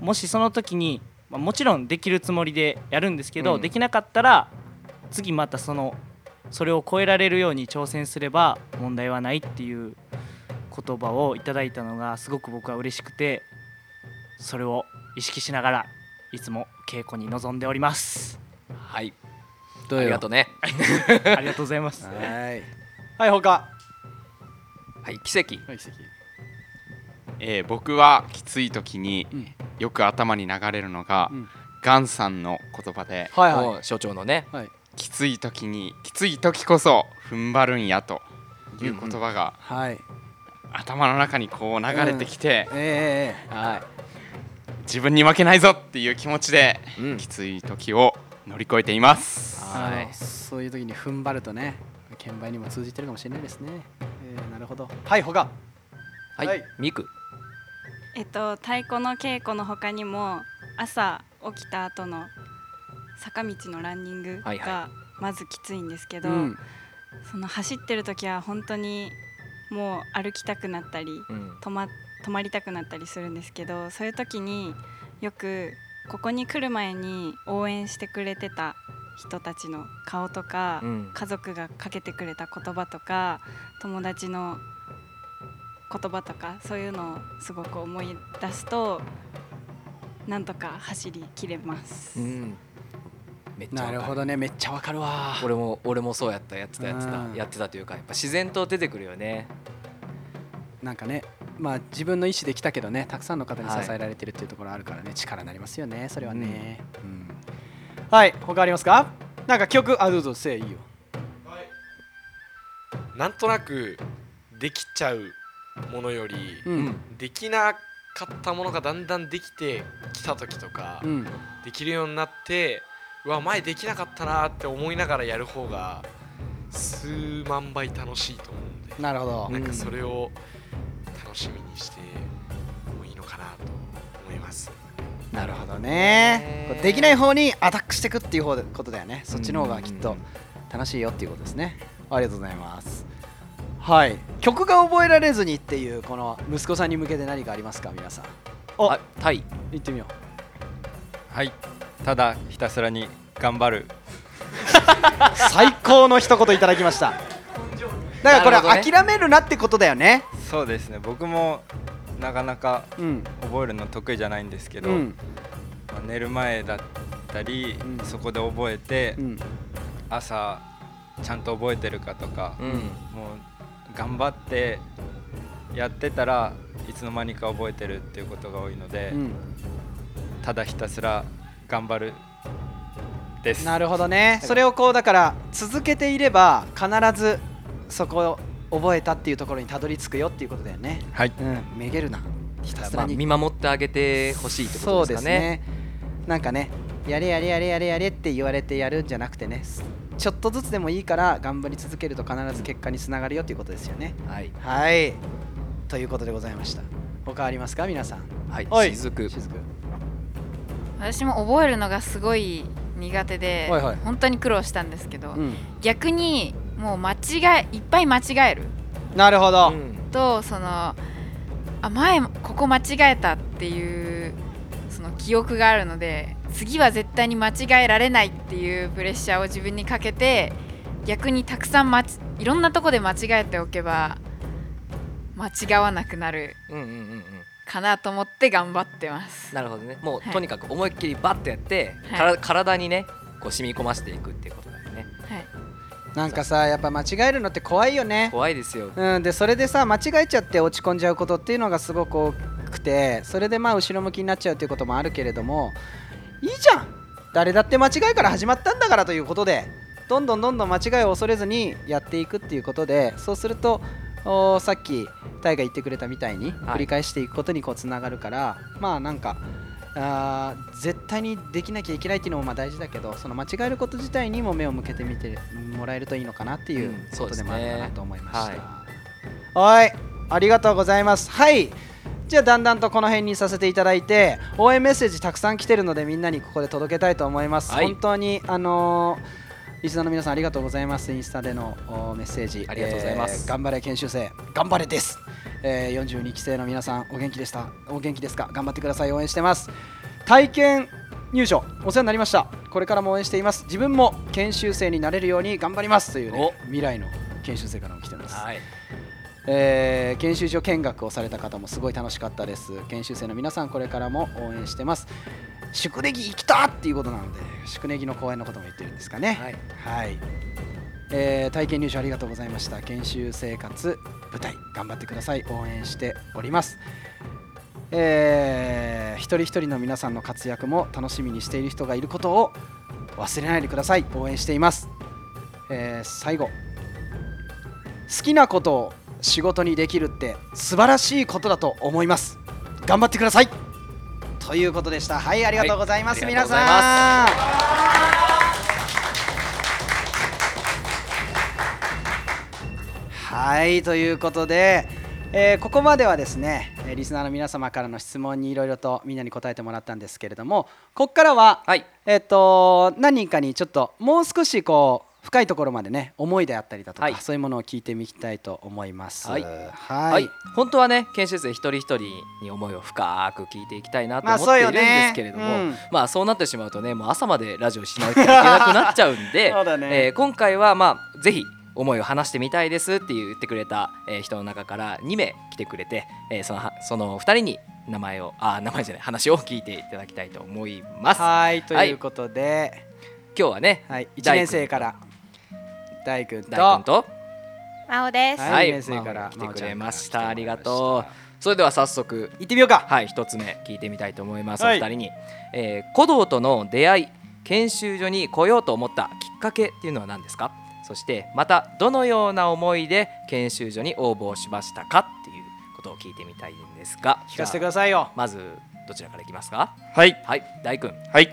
[SPEAKER 7] もしその時に、まあ、もちろんできるつもりでやるんですけど、
[SPEAKER 1] うん
[SPEAKER 7] できなかったら次またそのそれを超えられるように挑戦すれば問題はないっていう言葉をいただいたのがすごく僕は嬉しくてそれを意識しながらいつも稽古に臨んでおります
[SPEAKER 1] はい
[SPEAKER 7] どう
[SPEAKER 1] あ
[SPEAKER 7] よ
[SPEAKER 1] りがとうね
[SPEAKER 7] ありがとうございます
[SPEAKER 2] はいはい他
[SPEAKER 1] はい奇跡
[SPEAKER 2] はい奇跡
[SPEAKER 3] えー僕はきつい時によく頭に流れるのが、ガンさんの言葉で、
[SPEAKER 1] はいはいお所長のね
[SPEAKER 2] はい
[SPEAKER 3] きつい時にきつい時こそ踏ん張るんやという言葉が、
[SPEAKER 2] はい
[SPEAKER 3] 頭の中にこう流れてきて、
[SPEAKER 2] うんええええ
[SPEAKER 3] 自分に負けないぞっていう気持ちで、きつい時を乗り越えています
[SPEAKER 2] はい、そういう時に踏ん張るとね券売にも通じてるかもしれないですね、えーなるほどはいほか
[SPEAKER 1] はい、ミク
[SPEAKER 5] えっと太鼓の稽古の他にも朝起きた後の坂道のランニング
[SPEAKER 1] はい
[SPEAKER 5] が
[SPEAKER 1] は
[SPEAKER 5] まずきついんですけど、
[SPEAKER 1] うん
[SPEAKER 5] その走ってる時は本当にもう歩きたくなったり、
[SPEAKER 1] うん
[SPEAKER 5] 止ま止まりたくなったりするんですけどそういう時によくここに来る前に応援してくれてた人たちの顔とか、
[SPEAKER 1] うん
[SPEAKER 5] 家族がかけてくれた言葉とか友達の言葉とかそういうのをすごく思い出すとなんとか走り切れます。
[SPEAKER 1] うんめっちゃわか
[SPEAKER 2] なるほどねめっちゃわかるわ
[SPEAKER 1] 俺も俺もそうやったやってたやって
[SPEAKER 2] うん
[SPEAKER 1] たやってたというかやっぱ自然と出てくるよね
[SPEAKER 2] なんかねまあ自分の意思で来たけどねたくさんの方に支
[SPEAKER 1] はい
[SPEAKER 2] えられてるっていうところあるからね、力になりますよねそれはね、はい他ありますかなんか曲あどうぞせいいよ
[SPEAKER 11] なんとなくできちゃうものより、
[SPEAKER 2] うん
[SPEAKER 11] できなかったものがだんだんできてきた時とか、
[SPEAKER 2] うん
[SPEAKER 11] できるようになってうわ前できなかったなって思いながらやる方が数万倍楽しいと思うんで
[SPEAKER 2] なるほど
[SPEAKER 11] なんかそれを楽しみにしてもいいのかなと思います
[SPEAKER 2] なるほどねこうできない方にアタックしていくっていう方でことだよねそっちの方がきっと楽しいよっていうことですねありがとうございますはい曲が覚えられずにっていうこの息子さんに向けて何かありますか皆さん
[SPEAKER 1] あタイ
[SPEAKER 2] 行ってみよう
[SPEAKER 12] はいただひたすらに頑張る
[SPEAKER 2] 最高の一言いただきましただから
[SPEAKER 12] な
[SPEAKER 2] こ
[SPEAKER 12] る
[SPEAKER 2] れ
[SPEAKER 12] ほどね
[SPEAKER 2] 諦めるなってことだよね
[SPEAKER 12] そうですね僕もなかなか覚えるの得意じゃないんですけど、
[SPEAKER 2] うん
[SPEAKER 12] まあ寝る前だったり、そこで覚えて、朝ちゃんと覚えてるかとか、
[SPEAKER 1] うん
[SPEAKER 12] もう頑張ってやってたらいつの間にか覚えてるっていうことが多いので、
[SPEAKER 2] うん
[SPEAKER 12] ただひたすら頑張るです。
[SPEAKER 2] なるほどねそれをこうだから続けていれば必ずそこを覚えたっていうところにたどり着くよっていうことだよね
[SPEAKER 12] はい、
[SPEAKER 2] うん、めげるなひたす
[SPEAKER 1] ま
[SPEAKER 2] ら
[SPEAKER 1] あ
[SPEAKER 2] に
[SPEAKER 1] 見守ってあげてほしいって
[SPEAKER 2] そ
[SPEAKER 1] こ
[SPEAKER 2] う
[SPEAKER 1] とで
[SPEAKER 2] ですす
[SPEAKER 1] かね
[SPEAKER 2] ねなんかねやれやれやれやれやれって言われてやるんじゃなくてねすちょっとずつでもいいから頑張り続けると必ず結果につながるよということですよね
[SPEAKER 1] はい
[SPEAKER 2] はいということでございました他ありますか皆さん
[SPEAKER 1] はい
[SPEAKER 2] はい
[SPEAKER 1] 雫
[SPEAKER 2] 雫
[SPEAKER 10] 私も覚えるのがすごい苦手で、
[SPEAKER 2] はいはい
[SPEAKER 10] 本当に苦労したんですけど、
[SPEAKER 2] うん
[SPEAKER 10] 逆にもう間違えいっぱい間違える
[SPEAKER 2] なるほど、
[SPEAKER 10] とそのあ前もここ間違えたっていうその記憶があるので次は絶対に間違えられないっていうプレッシャーを自分にかけて逆にたくさん間ちいろんなとこで間違えておけば間違わなくなる
[SPEAKER 1] うんうんうんうん
[SPEAKER 10] かなと思って頑張ってます。
[SPEAKER 1] なるほどねもう、
[SPEAKER 10] はい
[SPEAKER 1] とにかく思いっきりバッとやって、
[SPEAKER 10] はい
[SPEAKER 1] から体にねこう染み込ませていくっていうことだよね
[SPEAKER 10] はい
[SPEAKER 2] なんかさやっぱ間違えるのって怖いよね
[SPEAKER 1] 怖いですよ
[SPEAKER 2] うん、でそれでさ間違えちゃって落ち込んじゃうことっていうのがすごく多くてそれでまあ後ろ向きになっちゃうということもあるけれどもいいじゃん誰だって間違いから始まったんだからということでどんどんどんどん間違いを恐れずにやっていくっていうことでそうするとおーさっきタイが言ってくれたみたいに繰り返していくことにこうつながるから、まあなんかあー絶対にできなきゃいけないっていうのもまあ大事だけどその間違えること自体にも目を向けてみてもらえるといいのかなっていう
[SPEAKER 1] うんそう
[SPEAKER 2] こと
[SPEAKER 1] で
[SPEAKER 2] で
[SPEAKER 1] ね
[SPEAKER 2] すもあるかなと思いました。
[SPEAKER 1] はい
[SPEAKER 2] はい、ありがとうございます。はい、じゃあだんだんとこの辺にさせていただいて、応援メッセージたくさん来てるのでみんなにここで届けたいと思います。
[SPEAKER 1] はい
[SPEAKER 2] 本当にあのーリスナーの皆さんありがとうございます。インスタでのおメッセージ
[SPEAKER 1] ありがとうございます
[SPEAKER 2] えー頑張れ研修生、頑張れです。えー42期生の皆さんお元気でした。お元気ですか？頑張ってください。応援してます。体験入所お世話になりましたこれからも応援しています自分も研修生になれるように頑張りますという、ね、未来の研修生からも来てます、えー研修所見学をされた方もすごい楽しかったです研修生の皆さんこれからも応援してます宿根木行きたっていうことなので宿根木の公演のことも言ってるんですかねはい、えー体験入所ありがとうございました研修生活舞台頑張ってください応援しておりますえー一人一人の皆さんの活躍も楽しみにしている人がいることを忘れないでください応援しています、えー最後好きなことを仕事にできるって素晴らしいことだと思います頑張ってくださいということでしたはいありがとうございます、
[SPEAKER 1] はいありがと
[SPEAKER 2] 皆
[SPEAKER 1] うござい
[SPEAKER 2] さんはいということで、えーここまではですねえーリスナーの皆様からの質問にいろいろとみんなに答えてもらったんですけれどもここからは、えっ、と何人かにちょっともう少しこう深いところまでね思いであったりだとか、そういうものを聞いてみたいと思います。
[SPEAKER 1] はい
[SPEAKER 2] はい
[SPEAKER 1] はい、本当はね研修生一人一人に思いを深く聞いていきたいなと
[SPEAKER 2] まあ
[SPEAKER 1] 思っている
[SPEAKER 2] そ
[SPEAKER 1] ん
[SPEAKER 2] う
[SPEAKER 1] で
[SPEAKER 2] よね
[SPEAKER 1] すけれども、
[SPEAKER 2] うん
[SPEAKER 1] まあそうなってしまうとねもう朝までラジオしないといけなくなっちゃうんで
[SPEAKER 2] そうだね
[SPEAKER 1] えー今回はまあぜひ思いを話してみたいですって言ってくれた、えー人の中から2名来てくれて、えーそのはその2人に名前をあ名前じゃない話を聞いていただきたいと思います。
[SPEAKER 2] はいということで、
[SPEAKER 1] 今日はね、
[SPEAKER 2] 1年生から大君と
[SPEAKER 1] 大君と
[SPEAKER 9] 真央です
[SPEAKER 1] はい、
[SPEAKER 2] 先生から
[SPEAKER 1] 来てくれました。ありがとう。それでは早速
[SPEAKER 2] 行ってみようか。
[SPEAKER 1] はい、一つ目聞いてみたいと思います。お
[SPEAKER 2] は
[SPEAKER 1] 二
[SPEAKER 2] い
[SPEAKER 1] 人に、えー、古道との出会い、研修所に来ようと思ったきっかけっていうのは何ですか？そしてまたどのような思いで研修所に応募しましたかっていうことを聞いてみたいんですが、
[SPEAKER 2] 聞かせてくださいよ。
[SPEAKER 1] まずどちらからいきますか？
[SPEAKER 14] はい、
[SPEAKER 1] はい、大君。
[SPEAKER 14] はい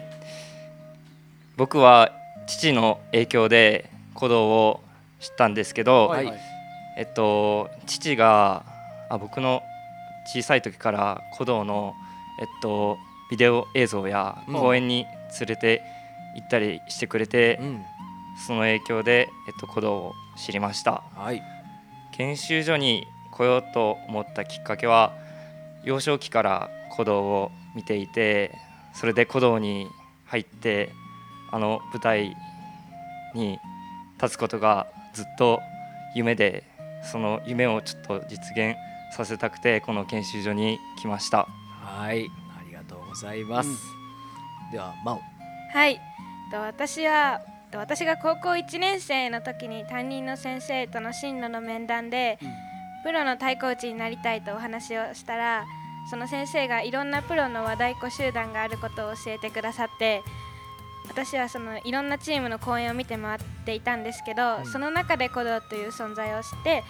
[SPEAKER 14] 僕は父の影響で古道を知ったんですけど、
[SPEAKER 1] はいはい
[SPEAKER 14] えっと父があ僕の小さい時から古道のえっとビデオ映像や
[SPEAKER 1] うん
[SPEAKER 14] 公園に連れて行ったりしてくれて、
[SPEAKER 1] うん
[SPEAKER 14] その影響で、えっと、古道を知りました、研修所に来ようと思ったきっかけは幼少期から古道を見ていてそれで古道に入ってあの舞台に立つことがずっと夢でその夢をちょっと実現させたくてこの研修所に来ました
[SPEAKER 1] はいありがとうございます、では真央
[SPEAKER 9] はいと私はと私が高校1年生の時に担任の先生との進路の面談で、プロの太鼓打ちになりたいとお話をしたらその先生がいろんなプロの和太鼓集団があることを教えてくださって私はそのいろんなチームの公演を見て回っていたんですけど、
[SPEAKER 15] うん
[SPEAKER 9] その中で鼓動という存在を知って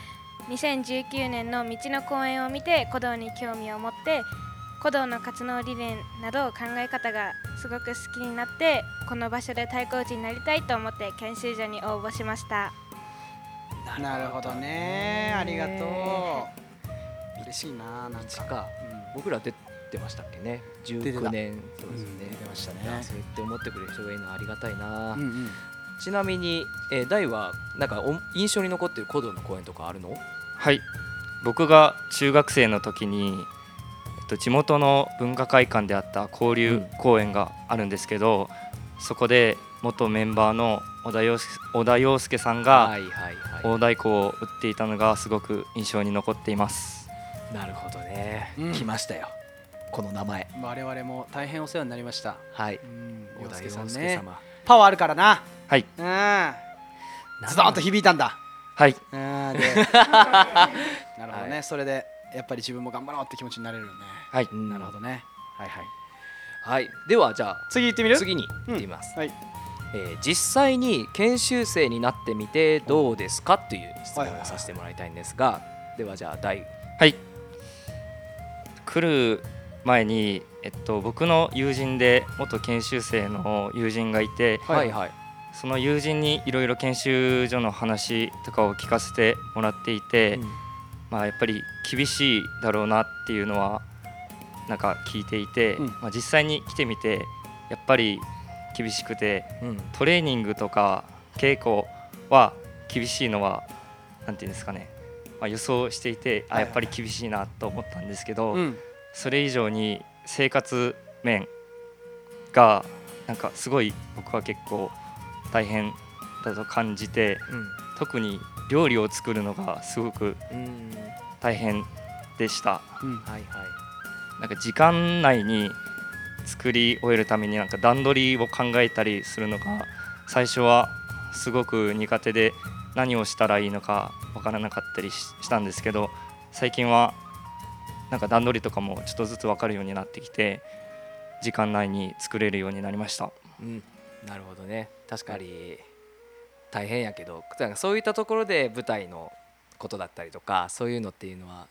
[SPEAKER 9] 2019年の道の公演を見て鼓動に興味を持って鼓動の活動理念など考え方がすごく好きになってこの場所で太鼓打ちになりたいと思って研修所に応募しました
[SPEAKER 2] なるほどねありがとう 嬉しいななんか
[SPEAKER 1] か僕ら出てましたっけね
[SPEAKER 2] 出て
[SPEAKER 1] 19
[SPEAKER 2] た
[SPEAKER 1] 年そうですよね、出てましたねそう言って思ってくれる人がいるのはありがたいな、
[SPEAKER 2] うんうん
[SPEAKER 1] ちなみに、えー、大はなんかお印象に残ってる古道の公演とかあるの
[SPEAKER 14] はい僕が中学生の時に、えっと、地元の文化会館であった交流公演があるんですけど、そこで元メンバーの小田洋介小田洋介さんが
[SPEAKER 1] はいはいはい
[SPEAKER 14] 大太鼓を打っていたのがすごく印象に残っています。
[SPEAKER 1] なるほどね、
[SPEAKER 2] うん
[SPEAKER 1] 来ましたよこの名前
[SPEAKER 2] 我々も大変お世話になりました
[SPEAKER 1] はい
[SPEAKER 2] 小
[SPEAKER 1] 田
[SPEAKER 2] さん
[SPEAKER 1] 洋介
[SPEAKER 2] ね
[SPEAKER 1] 様
[SPEAKER 2] パワーあるからな
[SPEAKER 14] はい
[SPEAKER 2] うんズドンと響いたんだ
[SPEAKER 14] はい
[SPEAKER 2] うんで なる ほどねそれでやっぱり自分も頑張ろうって気持ちになれるよね
[SPEAKER 14] はい
[SPEAKER 2] なるほどねはいはい
[SPEAKER 1] はいではじゃあ
[SPEAKER 2] 次行ってみる
[SPEAKER 1] 次に行ってみます、
[SPEAKER 2] はい
[SPEAKER 1] えー実際に研修生になってみてどうですかという質問をさせてもらいたいんですが、ではじゃあ大
[SPEAKER 14] はい来る前に、えっと、僕の友人で元研修生の友人がいて、
[SPEAKER 1] はいはい
[SPEAKER 14] その友人にいろいろ研修所の話とかを聞かせてもらっていて、まあ、やっぱり厳しいだろうなっていうのはなんか聞いていて、
[SPEAKER 1] うん
[SPEAKER 14] まあ、実際に来てみてやっぱり厳しくて、
[SPEAKER 1] うん
[SPEAKER 14] トレーニングとか稽古は厳しいのはなんていうんですかね、まあ、予想していてあ
[SPEAKER 12] はい
[SPEAKER 14] やっぱり厳しいなと思ったんですけど、
[SPEAKER 12] うん
[SPEAKER 14] それ以上に生活面がなんかすごい僕は結構大変だと感じて、
[SPEAKER 1] うん
[SPEAKER 14] 特に料理を作るのがすごく
[SPEAKER 1] うん
[SPEAKER 14] 大変でした、
[SPEAKER 1] はいはい
[SPEAKER 14] なんか時間内に作り終えるためになんか段取りを考えたりするのが最初はすごく苦手で何をしたらいいのかわからなかったりししたんですけど最近はなんか段取りとかもちょっとずつ分かるようになってきて時間内に作れるようになりました。
[SPEAKER 1] うん、なるほどね確かに大変やけどなんかそういったところで舞台のことだったりとかそういうのっていうのは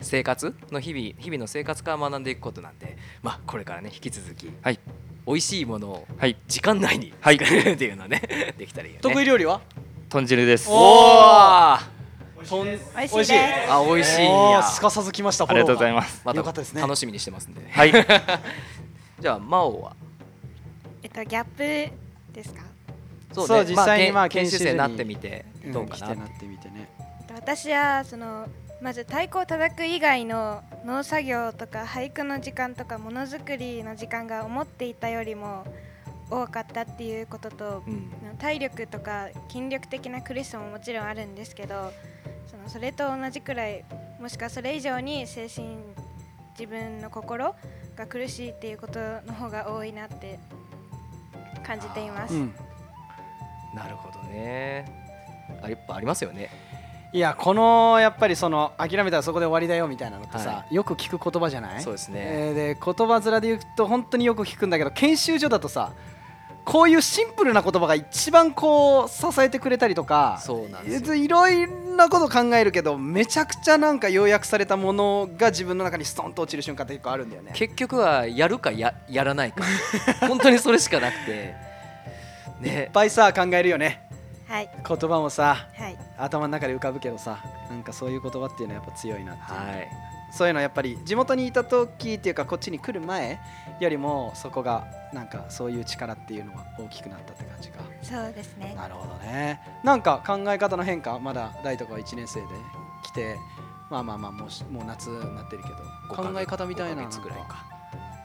[SPEAKER 1] 生活の日々日々の生活から学んでいくことなんで、まあ、これからね引き続き、
[SPEAKER 14] はい、
[SPEAKER 1] 美味しいものを
[SPEAKER 14] はい
[SPEAKER 1] 時間内に
[SPEAKER 14] はい
[SPEAKER 1] 作れるっていうのはねできたらいいよね。
[SPEAKER 2] 得意料理は
[SPEAKER 14] 豚汁です
[SPEAKER 1] おー
[SPEAKER 2] とん美
[SPEAKER 9] 美味しい
[SPEAKER 2] 味
[SPEAKER 9] で
[SPEAKER 2] し
[SPEAKER 9] す
[SPEAKER 2] い
[SPEAKER 1] あ美味しいん
[SPEAKER 2] お
[SPEAKER 1] や
[SPEAKER 2] ーすかさず来ました
[SPEAKER 14] ありがとうございます
[SPEAKER 2] フォローがよかったですね
[SPEAKER 1] 楽しみにしてますんで
[SPEAKER 14] はい
[SPEAKER 1] じゃあ真央は
[SPEAKER 9] えっとギャップですか
[SPEAKER 1] そうね
[SPEAKER 2] そう実際に
[SPEAKER 1] ま
[SPEAKER 2] ま
[SPEAKER 1] あ
[SPEAKER 2] あ
[SPEAKER 1] 研
[SPEAKER 2] 研
[SPEAKER 1] 修
[SPEAKER 2] 修
[SPEAKER 1] 生に
[SPEAKER 2] 生に
[SPEAKER 1] なってみてどうかな
[SPEAKER 2] うん来てなってみてね
[SPEAKER 9] 私はそのまず太鼓を叩く以外の農作業とか俳句の時間とかものづくりの時間が思っていたよりも多かったっていうことと、体力とか筋力的な苦しさももちろんあるんですけどそのそれと同じくらいもしくはそれ以上に精神自分の心が苦しいっていうことの方が多いなって感じています。
[SPEAKER 1] なるほどねあやっぱありますよね
[SPEAKER 2] いやこのやっぱりその諦めたらそこで終わりだよみたいなのってさ、
[SPEAKER 1] は
[SPEAKER 2] よく聞く言葉じゃない
[SPEAKER 1] そうですね
[SPEAKER 2] えーで言葉面で言うと本当によく聞くんだけど研修所だとさこういうシンプルな言葉が一番こう支えてくれたりとか
[SPEAKER 1] そうなんです
[SPEAKER 2] えっといろいろなこと考えるけどめちゃくちゃなんか要約されたものが自分の中にストンと落ちる瞬間って結構あるんだよね。
[SPEAKER 1] 結局はやるかややらないか本当にそれしかなく てね
[SPEAKER 2] いっぱいさ考えるよね
[SPEAKER 9] はい
[SPEAKER 2] 言葉もさ、
[SPEAKER 9] はい
[SPEAKER 2] 頭の中で浮かぶけどさなんかそういう言葉っていうのはやっぱ強いなっていう、
[SPEAKER 1] はい、
[SPEAKER 2] そういうのやっぱり地元にいた時っていうかこっちに来る前よりもそこがなんかそういう力っていうのは大きくなったって感じか
[SPEAKER 9] そうですね
[SPEAKER 2] なるほどねなんか考え方の変化まだ大とかは1年生で来てまあまあまあもうしもう夏になってるけど考え方みたいな
[SPEAKER 1] 5ヶ月ぐらい
[SPEAKER 2] か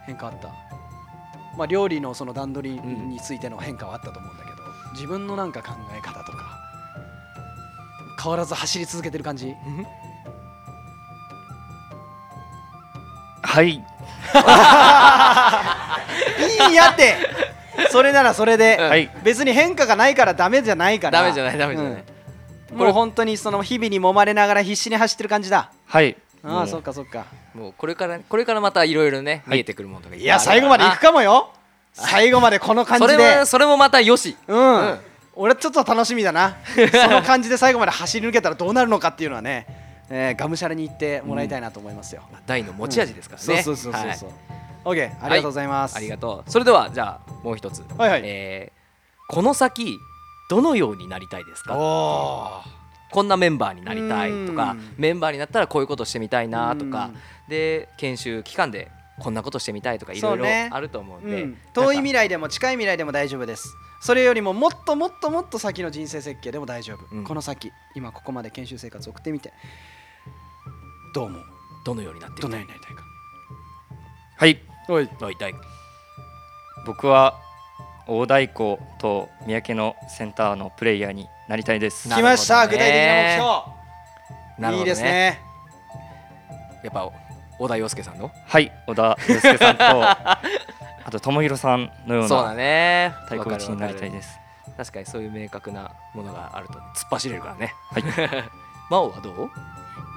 [SPEAKER 2] 変化あったまあ料理のその段取りについての変化はあったと思うんだけど、自分のなんか考え方とか変わらず走り続けてる感じ
[SPEAKER 14] はい
[SPEAKER 2] いいんやってそれならそれで、
[SPEAKER 14] はい
[SPEAKER 2] 別に変化がないからダメじゃないから
[SPEAKER 1] ダメじゃないダメじゃない
[SPEAKER 2] うんもう本当にその日々に揉まれながら必死に走ってる感じだ
[SPEAKER 14] はい
[SPEAKER 2] あ
[SPEAKER 1] も
[SPEAKER 2] あ
[SPEAKER 1] う
[SPEAKER 2] そっかそっか
[SPEAKER 1] もうこれからこれからまたいろいろね、見えてくるものとかい
[SPEAKER 2] いや最後まで行くかもよ最後までこの感じで
[SPEAKER 1] それもそれもまたよし
[SPEAKER 2] うん、俺ちょっと楽しみだなその感じで最後まで走り抜けたらどうなるのかっていうのはね、えーがむしゃらに言ってもらいたいなと思いますよ、
[SPEAKER 1] 大の持ち味ですからね、
[SPEAKER 2] うんそうそうそうそうそうオッケーありがとうございます、
[SPEAKER 1] ありがとうそれではじゃあもう一つ、
[SPEAKER 2] はいはい
[SPEAKER 1] えーこの先どのようになりたいですかこんなメンバーになりたいとかメンバーになったらこういうことしてみたいなとかで研修期間でこんなことしてみたいとかいろいろ
[SPEAKER 2] そうね
[SPEAKER 1] あると思うんで、
[SPEAKER 2] うん遠い未来でも近い未来でも大丈夫ですそれよりももっともっともっと先の人生設計でも大丈夫、この先今ここまで研修生活を送ってみてどう思う
[SPEAKER 1] どのようになってい
[SPEAKER 2] どのようになりたいか
[SPEAKER 14] はい
[SPEAKER 2] はい
[SPEAKER 1] 大
[SPEAKER 14] 僕は大太鼓と三宅のセンターのプレイヤーになりたいです
[SPEAKER 2] 来ました、具体的な目標
[SPEAKER 14] なるほどね
[SPEAKER 2] いいですね
[SPEAKER 1] やっぱ小田洋介さんの
[SPEAKER 14] はい小田洋介 さんとあと友弘さんのような
[SPEAKER 1] そうだね
[SPEAKER 14] 太鼓打ちになりたいです
[SPEAKER 1] わかるわかる確かにそういう明確なものがあると突っ走れるからねはい 真央はどう
[SPEAKER 9] あ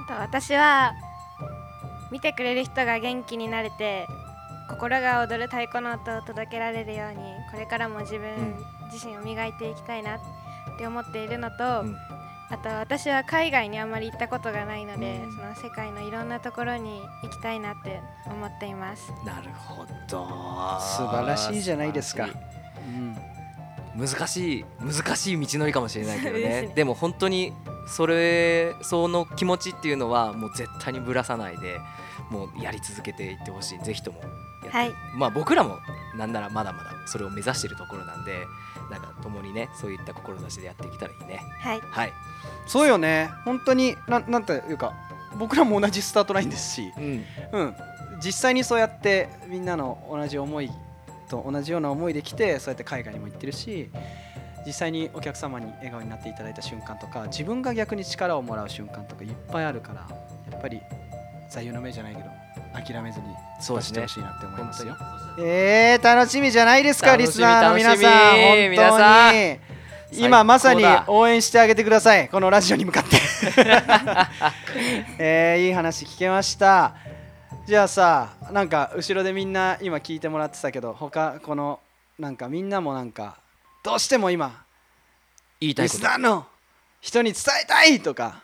[SPEAKER 9] と私は見てくれる人が元気になれて心が躍る太鼓の音を届けられるようにこれからも自分自身を磨いていきたいなって思っているのと、あと私は海外にあまり行ったことがないので、
[SPEAKER 1] うん
[SPEAKER 9] その世界のいろんなところに行きたいなって思っています。
[SPEAKER 1] なるほど
[SPEAKER 2] 素晴らしいじゃないですか
[SPEAKER 1] 難しい難しい道のりかもしれない けど
[SPEAKER 2] そうで
[SPEAKER 1] ね
[SPEAKER 2] すね
[SPEAKER 1] でも本当にそれその気持ちっていうのはもう絶対にぶらさないでもうやり続けていってほしいぜひとも
[SPEAKER 9] はい、
[SPEAKER 1] まあ僕らもなんならまだまだそれを目指しているところなんでなんか共にねそういった志でやっていけたらいいね
[SPEAKER 9] はい
[SPEAKER 1] はい
[SPEAKER 2] そうよね本当にななんていうか僕らも同じスタートラインですし、
[SPEAKER 1] うん
[SPEAKER 2] 実際にそうやってみんなの同じ思いと同じような思いで来てそうやって海外にも行ってるし実際にお客様に笑顔になっていただいた瞬間とか自分が逆に力をもらう瞬間とかいっぱいあるからやっぱり座右の銘じゃないけど諦めずに
[SPEAKER 1] そうです
[SPEAKER 2] 出し
[SPEAKER 1] ね
[SPEAKER 2] てほしいなって思いますよ。えー、楽しみじゃないですか
[SPEAKER 1] 楽しみ
[SPEAKER 2] リスナーの皆さん
[SPEAKER 1] 楽しみ
[SPEAKER 2] 本
[SPEAKER 1] 皆さん
[SPEAKER 2] 当に
[SPEAKER 1] 最高
[SPEAKER 2] 今
[SPEAKER 1] だ
[SPEAKER 2] まさに応援してあげてくださいこのラジオに向かって えーいい話聞けましたじゃあさなんか後ろでみんな今聞いてもらってたけど他このなんかみんなもなんかどうしても今
[SPEAKER 1] 言いたい
[SPEAKER 2] リ
[SPEAKER 1] こ
[SPEAKER 2] ス
[SPEAKER 1] と
[SPEAKER 2] ナーの人に伝えたいとか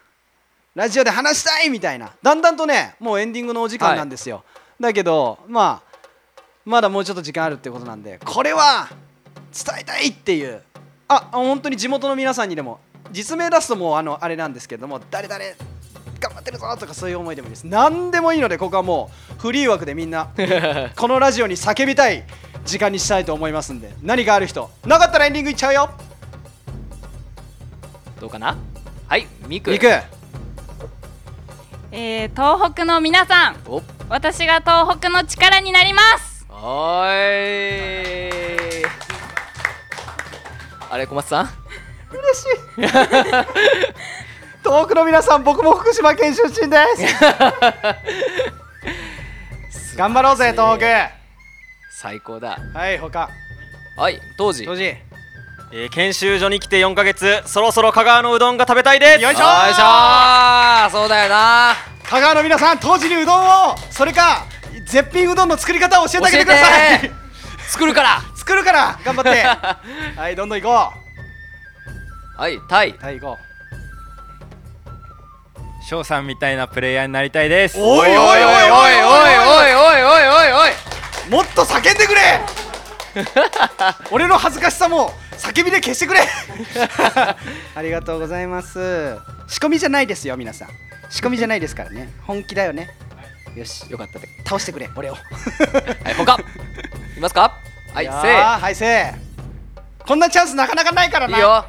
[SPEAKER 2] ラジオで話したいみたいなだんだんとねもうエンディングのお時間なんですよ、だけどまあまだもうちょっと時間あるってことなんでこれは伝えたいっていうああ本当に地元の皆さんにでも実名出すともうあのあれなんですけども誰々頑張ってるぞとかそういう思いでもいいです何でもいいのでここはもうフリー枠でみんなこのラジオに叫びたい時間にしたいと思いますんで何がある人なかったらエンディングいっちゃうよ
[SPEAKER 1] どうかなはいミク
[SPEAKER 2] ミク
[SPEAKER 5] えー東北の皆さん
[SPEAKER 1] お
[SPEAKER 5] 私が東北の力になります
[SPEAKER 1] おーいあれ小松さん
[SPEAKER 2] 嬉しい 東北の皆さん僕も福島県出身です 頑張ろうぜ東北
[SPEAKER 1] 最高だ
[SPEAKER 2] はい他
[SPEAKER 1] はい当時
[SPEAKER 2] 当時
[SPEAKER 8] えー研修所に来て4ヶ月そろそろ香川のうどんが食べたいです
[SPEAKER 2] よいしょ
[SPEAKER 1] よいしょーそうだよな
[SPEAKER 2] 香川の皆さん当時にうどんをそれか絶品うどんの作り方を教えてあげてください
[SPEAKER 1] 教えて作るから
[SPEAKER 2] 作るから頑張 ってはいどんどん行こ
[SPEAKER 1] はいタイ
[SPEAKER 2] タイ行こ
[SPEAKER 12] 翔さんみたいなプレイヤーになりたいです
[SPEAKER 2] おいおいおいおいお
[SPEAKER 1] いお
[SPEAKER 2] いおい
[SPEAKER 1] いおいお
[SPEAKER 2] いうもっと叫んで くれ俺の恥ずかしさも叫びで消してくれありがとうございます仕込みじゃないですよ皆さん仕込みじゃないですからね本気だよねよしよかったで倒してくれ俺を
[SPEAKER 1] はい他いますかはい
[SPEAKER 2] や
[SPEAKER 1] せ
[SPEAKER 2] ー
[SPEAKER 1] ー
[SPEAKER 2] はいせーこんなチャンスなかなかないからない
[SPEAKER 11] いよ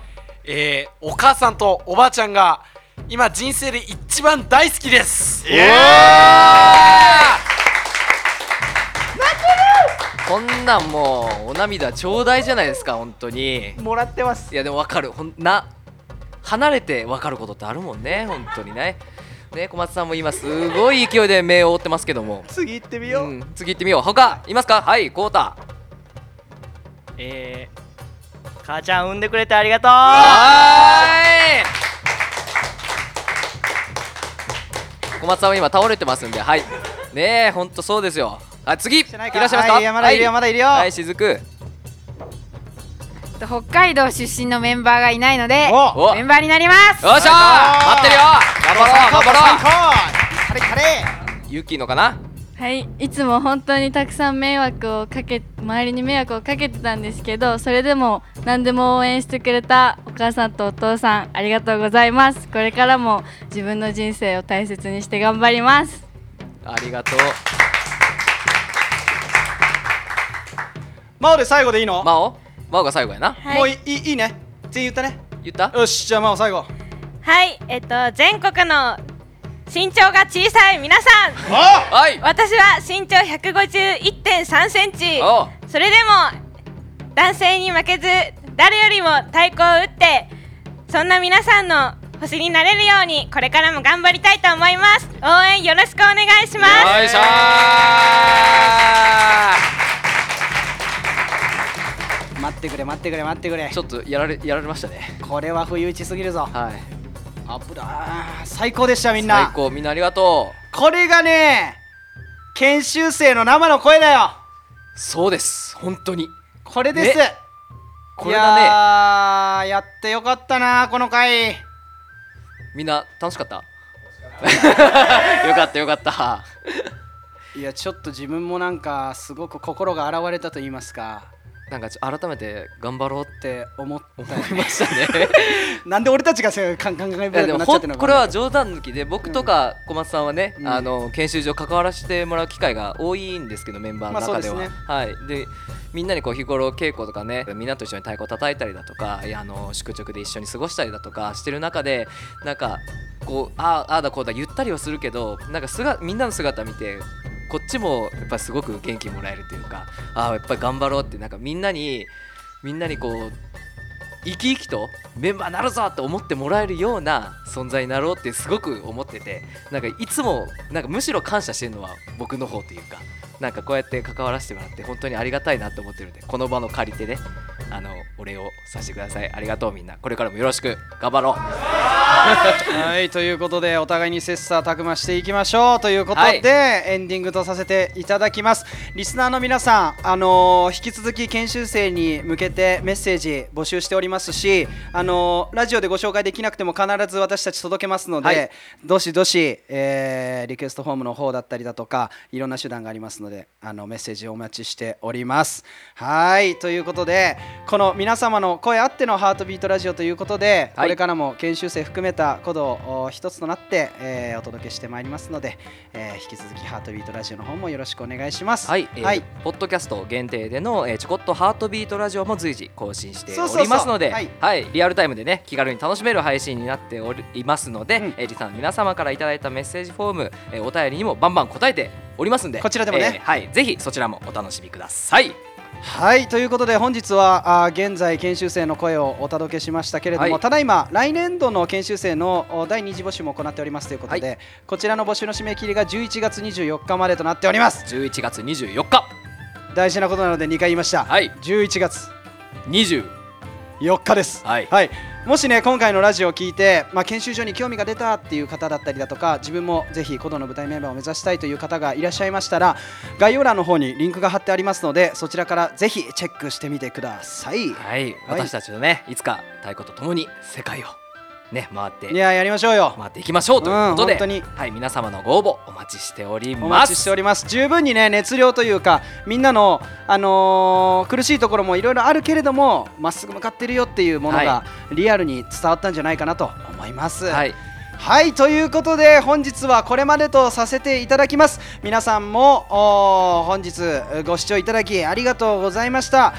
[SPEAKER 11] えー、お母さんとおばあちゃんが今人生で一番大好きです
[SPEAKER 1] イエこんなんもうお涙ちょうだいじゃないですか本当に
[SPEAKER 2] もらってます
[SPEAKER 1] いやでもわかるほんな離れてわかることってあるもんね本当にねね小松さんも今すごい勢いで目を覆ってますけども
[SPEAKER 2] 次行ってみよう、
[SPEAKER 1] 次行ってみよう他いますかはいコータ
[SPEAKER 7] えー、母ちゃん産んでくれてありがとう
[SPEAKER 1] 小松さんは今倒れてますんではいねえほんとそうですよあ次いらっしゃいますか
[SPEAKER 2] はいいやまだいるよまだいるよ
[SPEAKER 1] はいしずく
[SPEAKER 10] と北海道出身のメンバーがいないので
[SPEAKER 1] お
[SPEAKER 10] メンバーになります
[SPEAKER 1] よっしゃー待ってるよ頑張ろう頑張ろう
[SPEAKER 2] カレカレ
[SPEAKER 1] ゆきのかな
[SPEAKER 6] はい、いつも本当にたくさん迷惑をかけ周りに迷惑をかけてたんですけどそれでも何でも応援してくれたお母さんとお父さんありがとうございますこれからも自分の人生を大切にして頑張ります
[SPEAKER 1] ありがとう
[SPEAKER 2] マオで最後でいいの
[SPEAKER 1] マオマオが最後やな
[SPEAKER 9] はい
[SPEAKER 2] もういいいいね全員言ったね
[SPEAKER 1] 言った
[SPEAKER 2] よしじゃあマオ最後
[SPEAKER 9] はい、えっと全国の身長が小さい皆さん、
[SPEAKER 1] はい、
[SPEAKER 9] 私は身長151.3センチ
[SPEAKER 1] お、
[SPEAKER 9] それでも男性に負けず誰よりも太鼓を打って、そんな皆さんの星になれるようにこれからも頑張りたいと思います。応援よろしくお願いします。
[SPEAKER 1] よいしょー
[SPEAKER 2] 待ってくれ待ってくれ待ってくれ
[SPEAKER 1] ちょっとやられやられましたね
[SPEAKER 2] これは不意打ちすぎるぞ
[SPEAKER 1] はい
[SPEAKER 2] 危な最高でしたみんな
[SPEAKER 1] 最高みんなありがとう
[SPEAKER 2] これがね研修生の生の声だよ
[SPEAKER 1] そうです本当に
[SPEAKER 2] これです、
[SPEAKER 1] ねこれだね
[SPEAKER 2] いやーやってよかったなこの回
[SPEAKER 1] みんな楽しかった よかったよかった
[SPEAKER 2] いやちょっと自分もなんかすごく心が洗われたと言いますか
[SPEAKER 1] なんかちょ改めて頑張ろうって
[SPEAKER 2] 思った
[SPEAKER 1] 思いました ね
[SPEAKER 2] なんで俺たちがそういう感感慨
[SPEAKER 1] いや
[SPEAKER 2] 深
[SPEAKER 1] で
[SPEAKER 2] く
[SPEAKER 1] も
[SPEAKER 2] なっちゃ
[SPEAKER 1] ほ
[SPEAKER 2] ってる
[SPEAKER 1] ん
[SPEAKER 2] のか
[SPEAKER 1] これは冗談抜きで僕とか小松さんはね、
[SPEAKER 2] うん
[SPEAKER 1] あの研修所関わらせてもらう機会が多いんですけどメンバーの中では、
[SPEAKER 2] まあそうで
[SPEAKER 1] はいでみんなにこう日頃稽古とかねみんなと一緒に太鼓叩いたりだとかいやあの宿直で一緒に過ごしたりだとかしてる中でなんかこうああああだこうだゆったりはするけどなんかすがみんなの姿見てこっちもやっぱすごく元気もらえるというかああやっぱり頑張ろうってなんかみんなにみんなにこう生き生きとメンバーなるぞって思ってもらえるような存在になろうってすごく思っててなんかいつもなんかむしろ感謝してるのは僕の方というかなんかこうやって関わらせてもらって本当にありがたいなと思ってるんでこの場の借りてねあのお礼をさせてくださいありがとうみんなこれからもよろしく頑張ろう
[SPEAKER 2] はいということでお互いに切磋琢磨していきましょうということで、
[SPEAKER 1] はい
[SPEAKER 2] エンディングとさせていただきますリスナーの皆さんあのー引き続き研修生に向けてメッセージ募集しておりますしあのーラジオでご紹介できなくても必ず私たち届けますので、
[SPEAKER 1] はい
[SPEAKER 2] どしどし、えーリクエストフォームの方だったりだとかいろんな手段がありますのであのメッセージをお待ちしておりますはいということでこの皆様の声あってのハートビートラジオということで、これからも研修生含めた鼓動お一つとなって、えーお届けしてまいりますので、えー引き続きハートビートラジオの方もよろしくお願いします。
[SPEAKER 1] はい、えーポッドキャスト限定での、えーちょこっとハートビートラジオも随時更新して
[SPEAKER 2] そうそう
[SPEAKER 1] お
[SPEAKER 2] そう
[SPEAKER 1] りますので
[SPEAKER 2] は
[SPEAKER 1] はいい、リアルタイムでね気軽に楽しめる配信になっておりますので、えーリスナーの皆様からいただいたメッセージフォーム、えーお便りにもバンバン答えておりますんで
[SPEAKER 2] こちらでもね
[SPEAKER 1] えーはいぜひそちらもお楽しみください
[SPEAKER 2] はいということで本日はあー現在研修生の声をお届けしましたけれども、
[SPEAKER 1] はい
[SPEAKER 2] ただいま来年度の研修生のお第二次募集も行っておりますということで、こちらの募集の締め切りが11月24日までとなっております
[SPEAKER 1] 11月24日
[SPEAKER 2] 大事なことなので2回言いました、はい、11月
[SPEAKER 1] 24
[SPEAKER 2] 日です
[SPEAKER 1] はい、
[SPEAKER 2] もしね今回のラジオを聞いて、まあ、研修所に興味が出たっていう方だったりだとか自分もぜひ古道の舞台メンバーを目指したいという方がいらっしゃいましたら概要欄の方にリンクが貼ってありますのでそちらからぜひチェックしてみてください
[SPEAKER 1] はい、私たちのねいつか太鼓とともに世界をね回って
[SPEAKER 2] いややりましょうよ
[SPEAKER 1] 回っていきましょうということで、
[SPEAKER 2] うん本当に
[SPEAKER 1] はい皆様のご応募お待ちしております
[SPEAKER 2] お待ちしております十分にね熱量というかみんなの、あのー苦しいところもいろいろあるけれどもまっすぐ向かってるよっていうものが
[SPEAKER 1] は
[SPEAKER 2] リアルに伝わったんじゃないかなと思います。
[SPEAKER 1] はい
[SPEAKER 2] はいということで本日はこれまでとさせていただきます皆さんもおー本日ご視聴いただきありがとうございました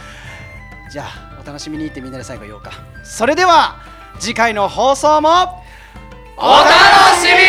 [SPEAKER 2] じゃあお楽しみにってみんなで最後言おうかそれでは次回の放送もお楽しみに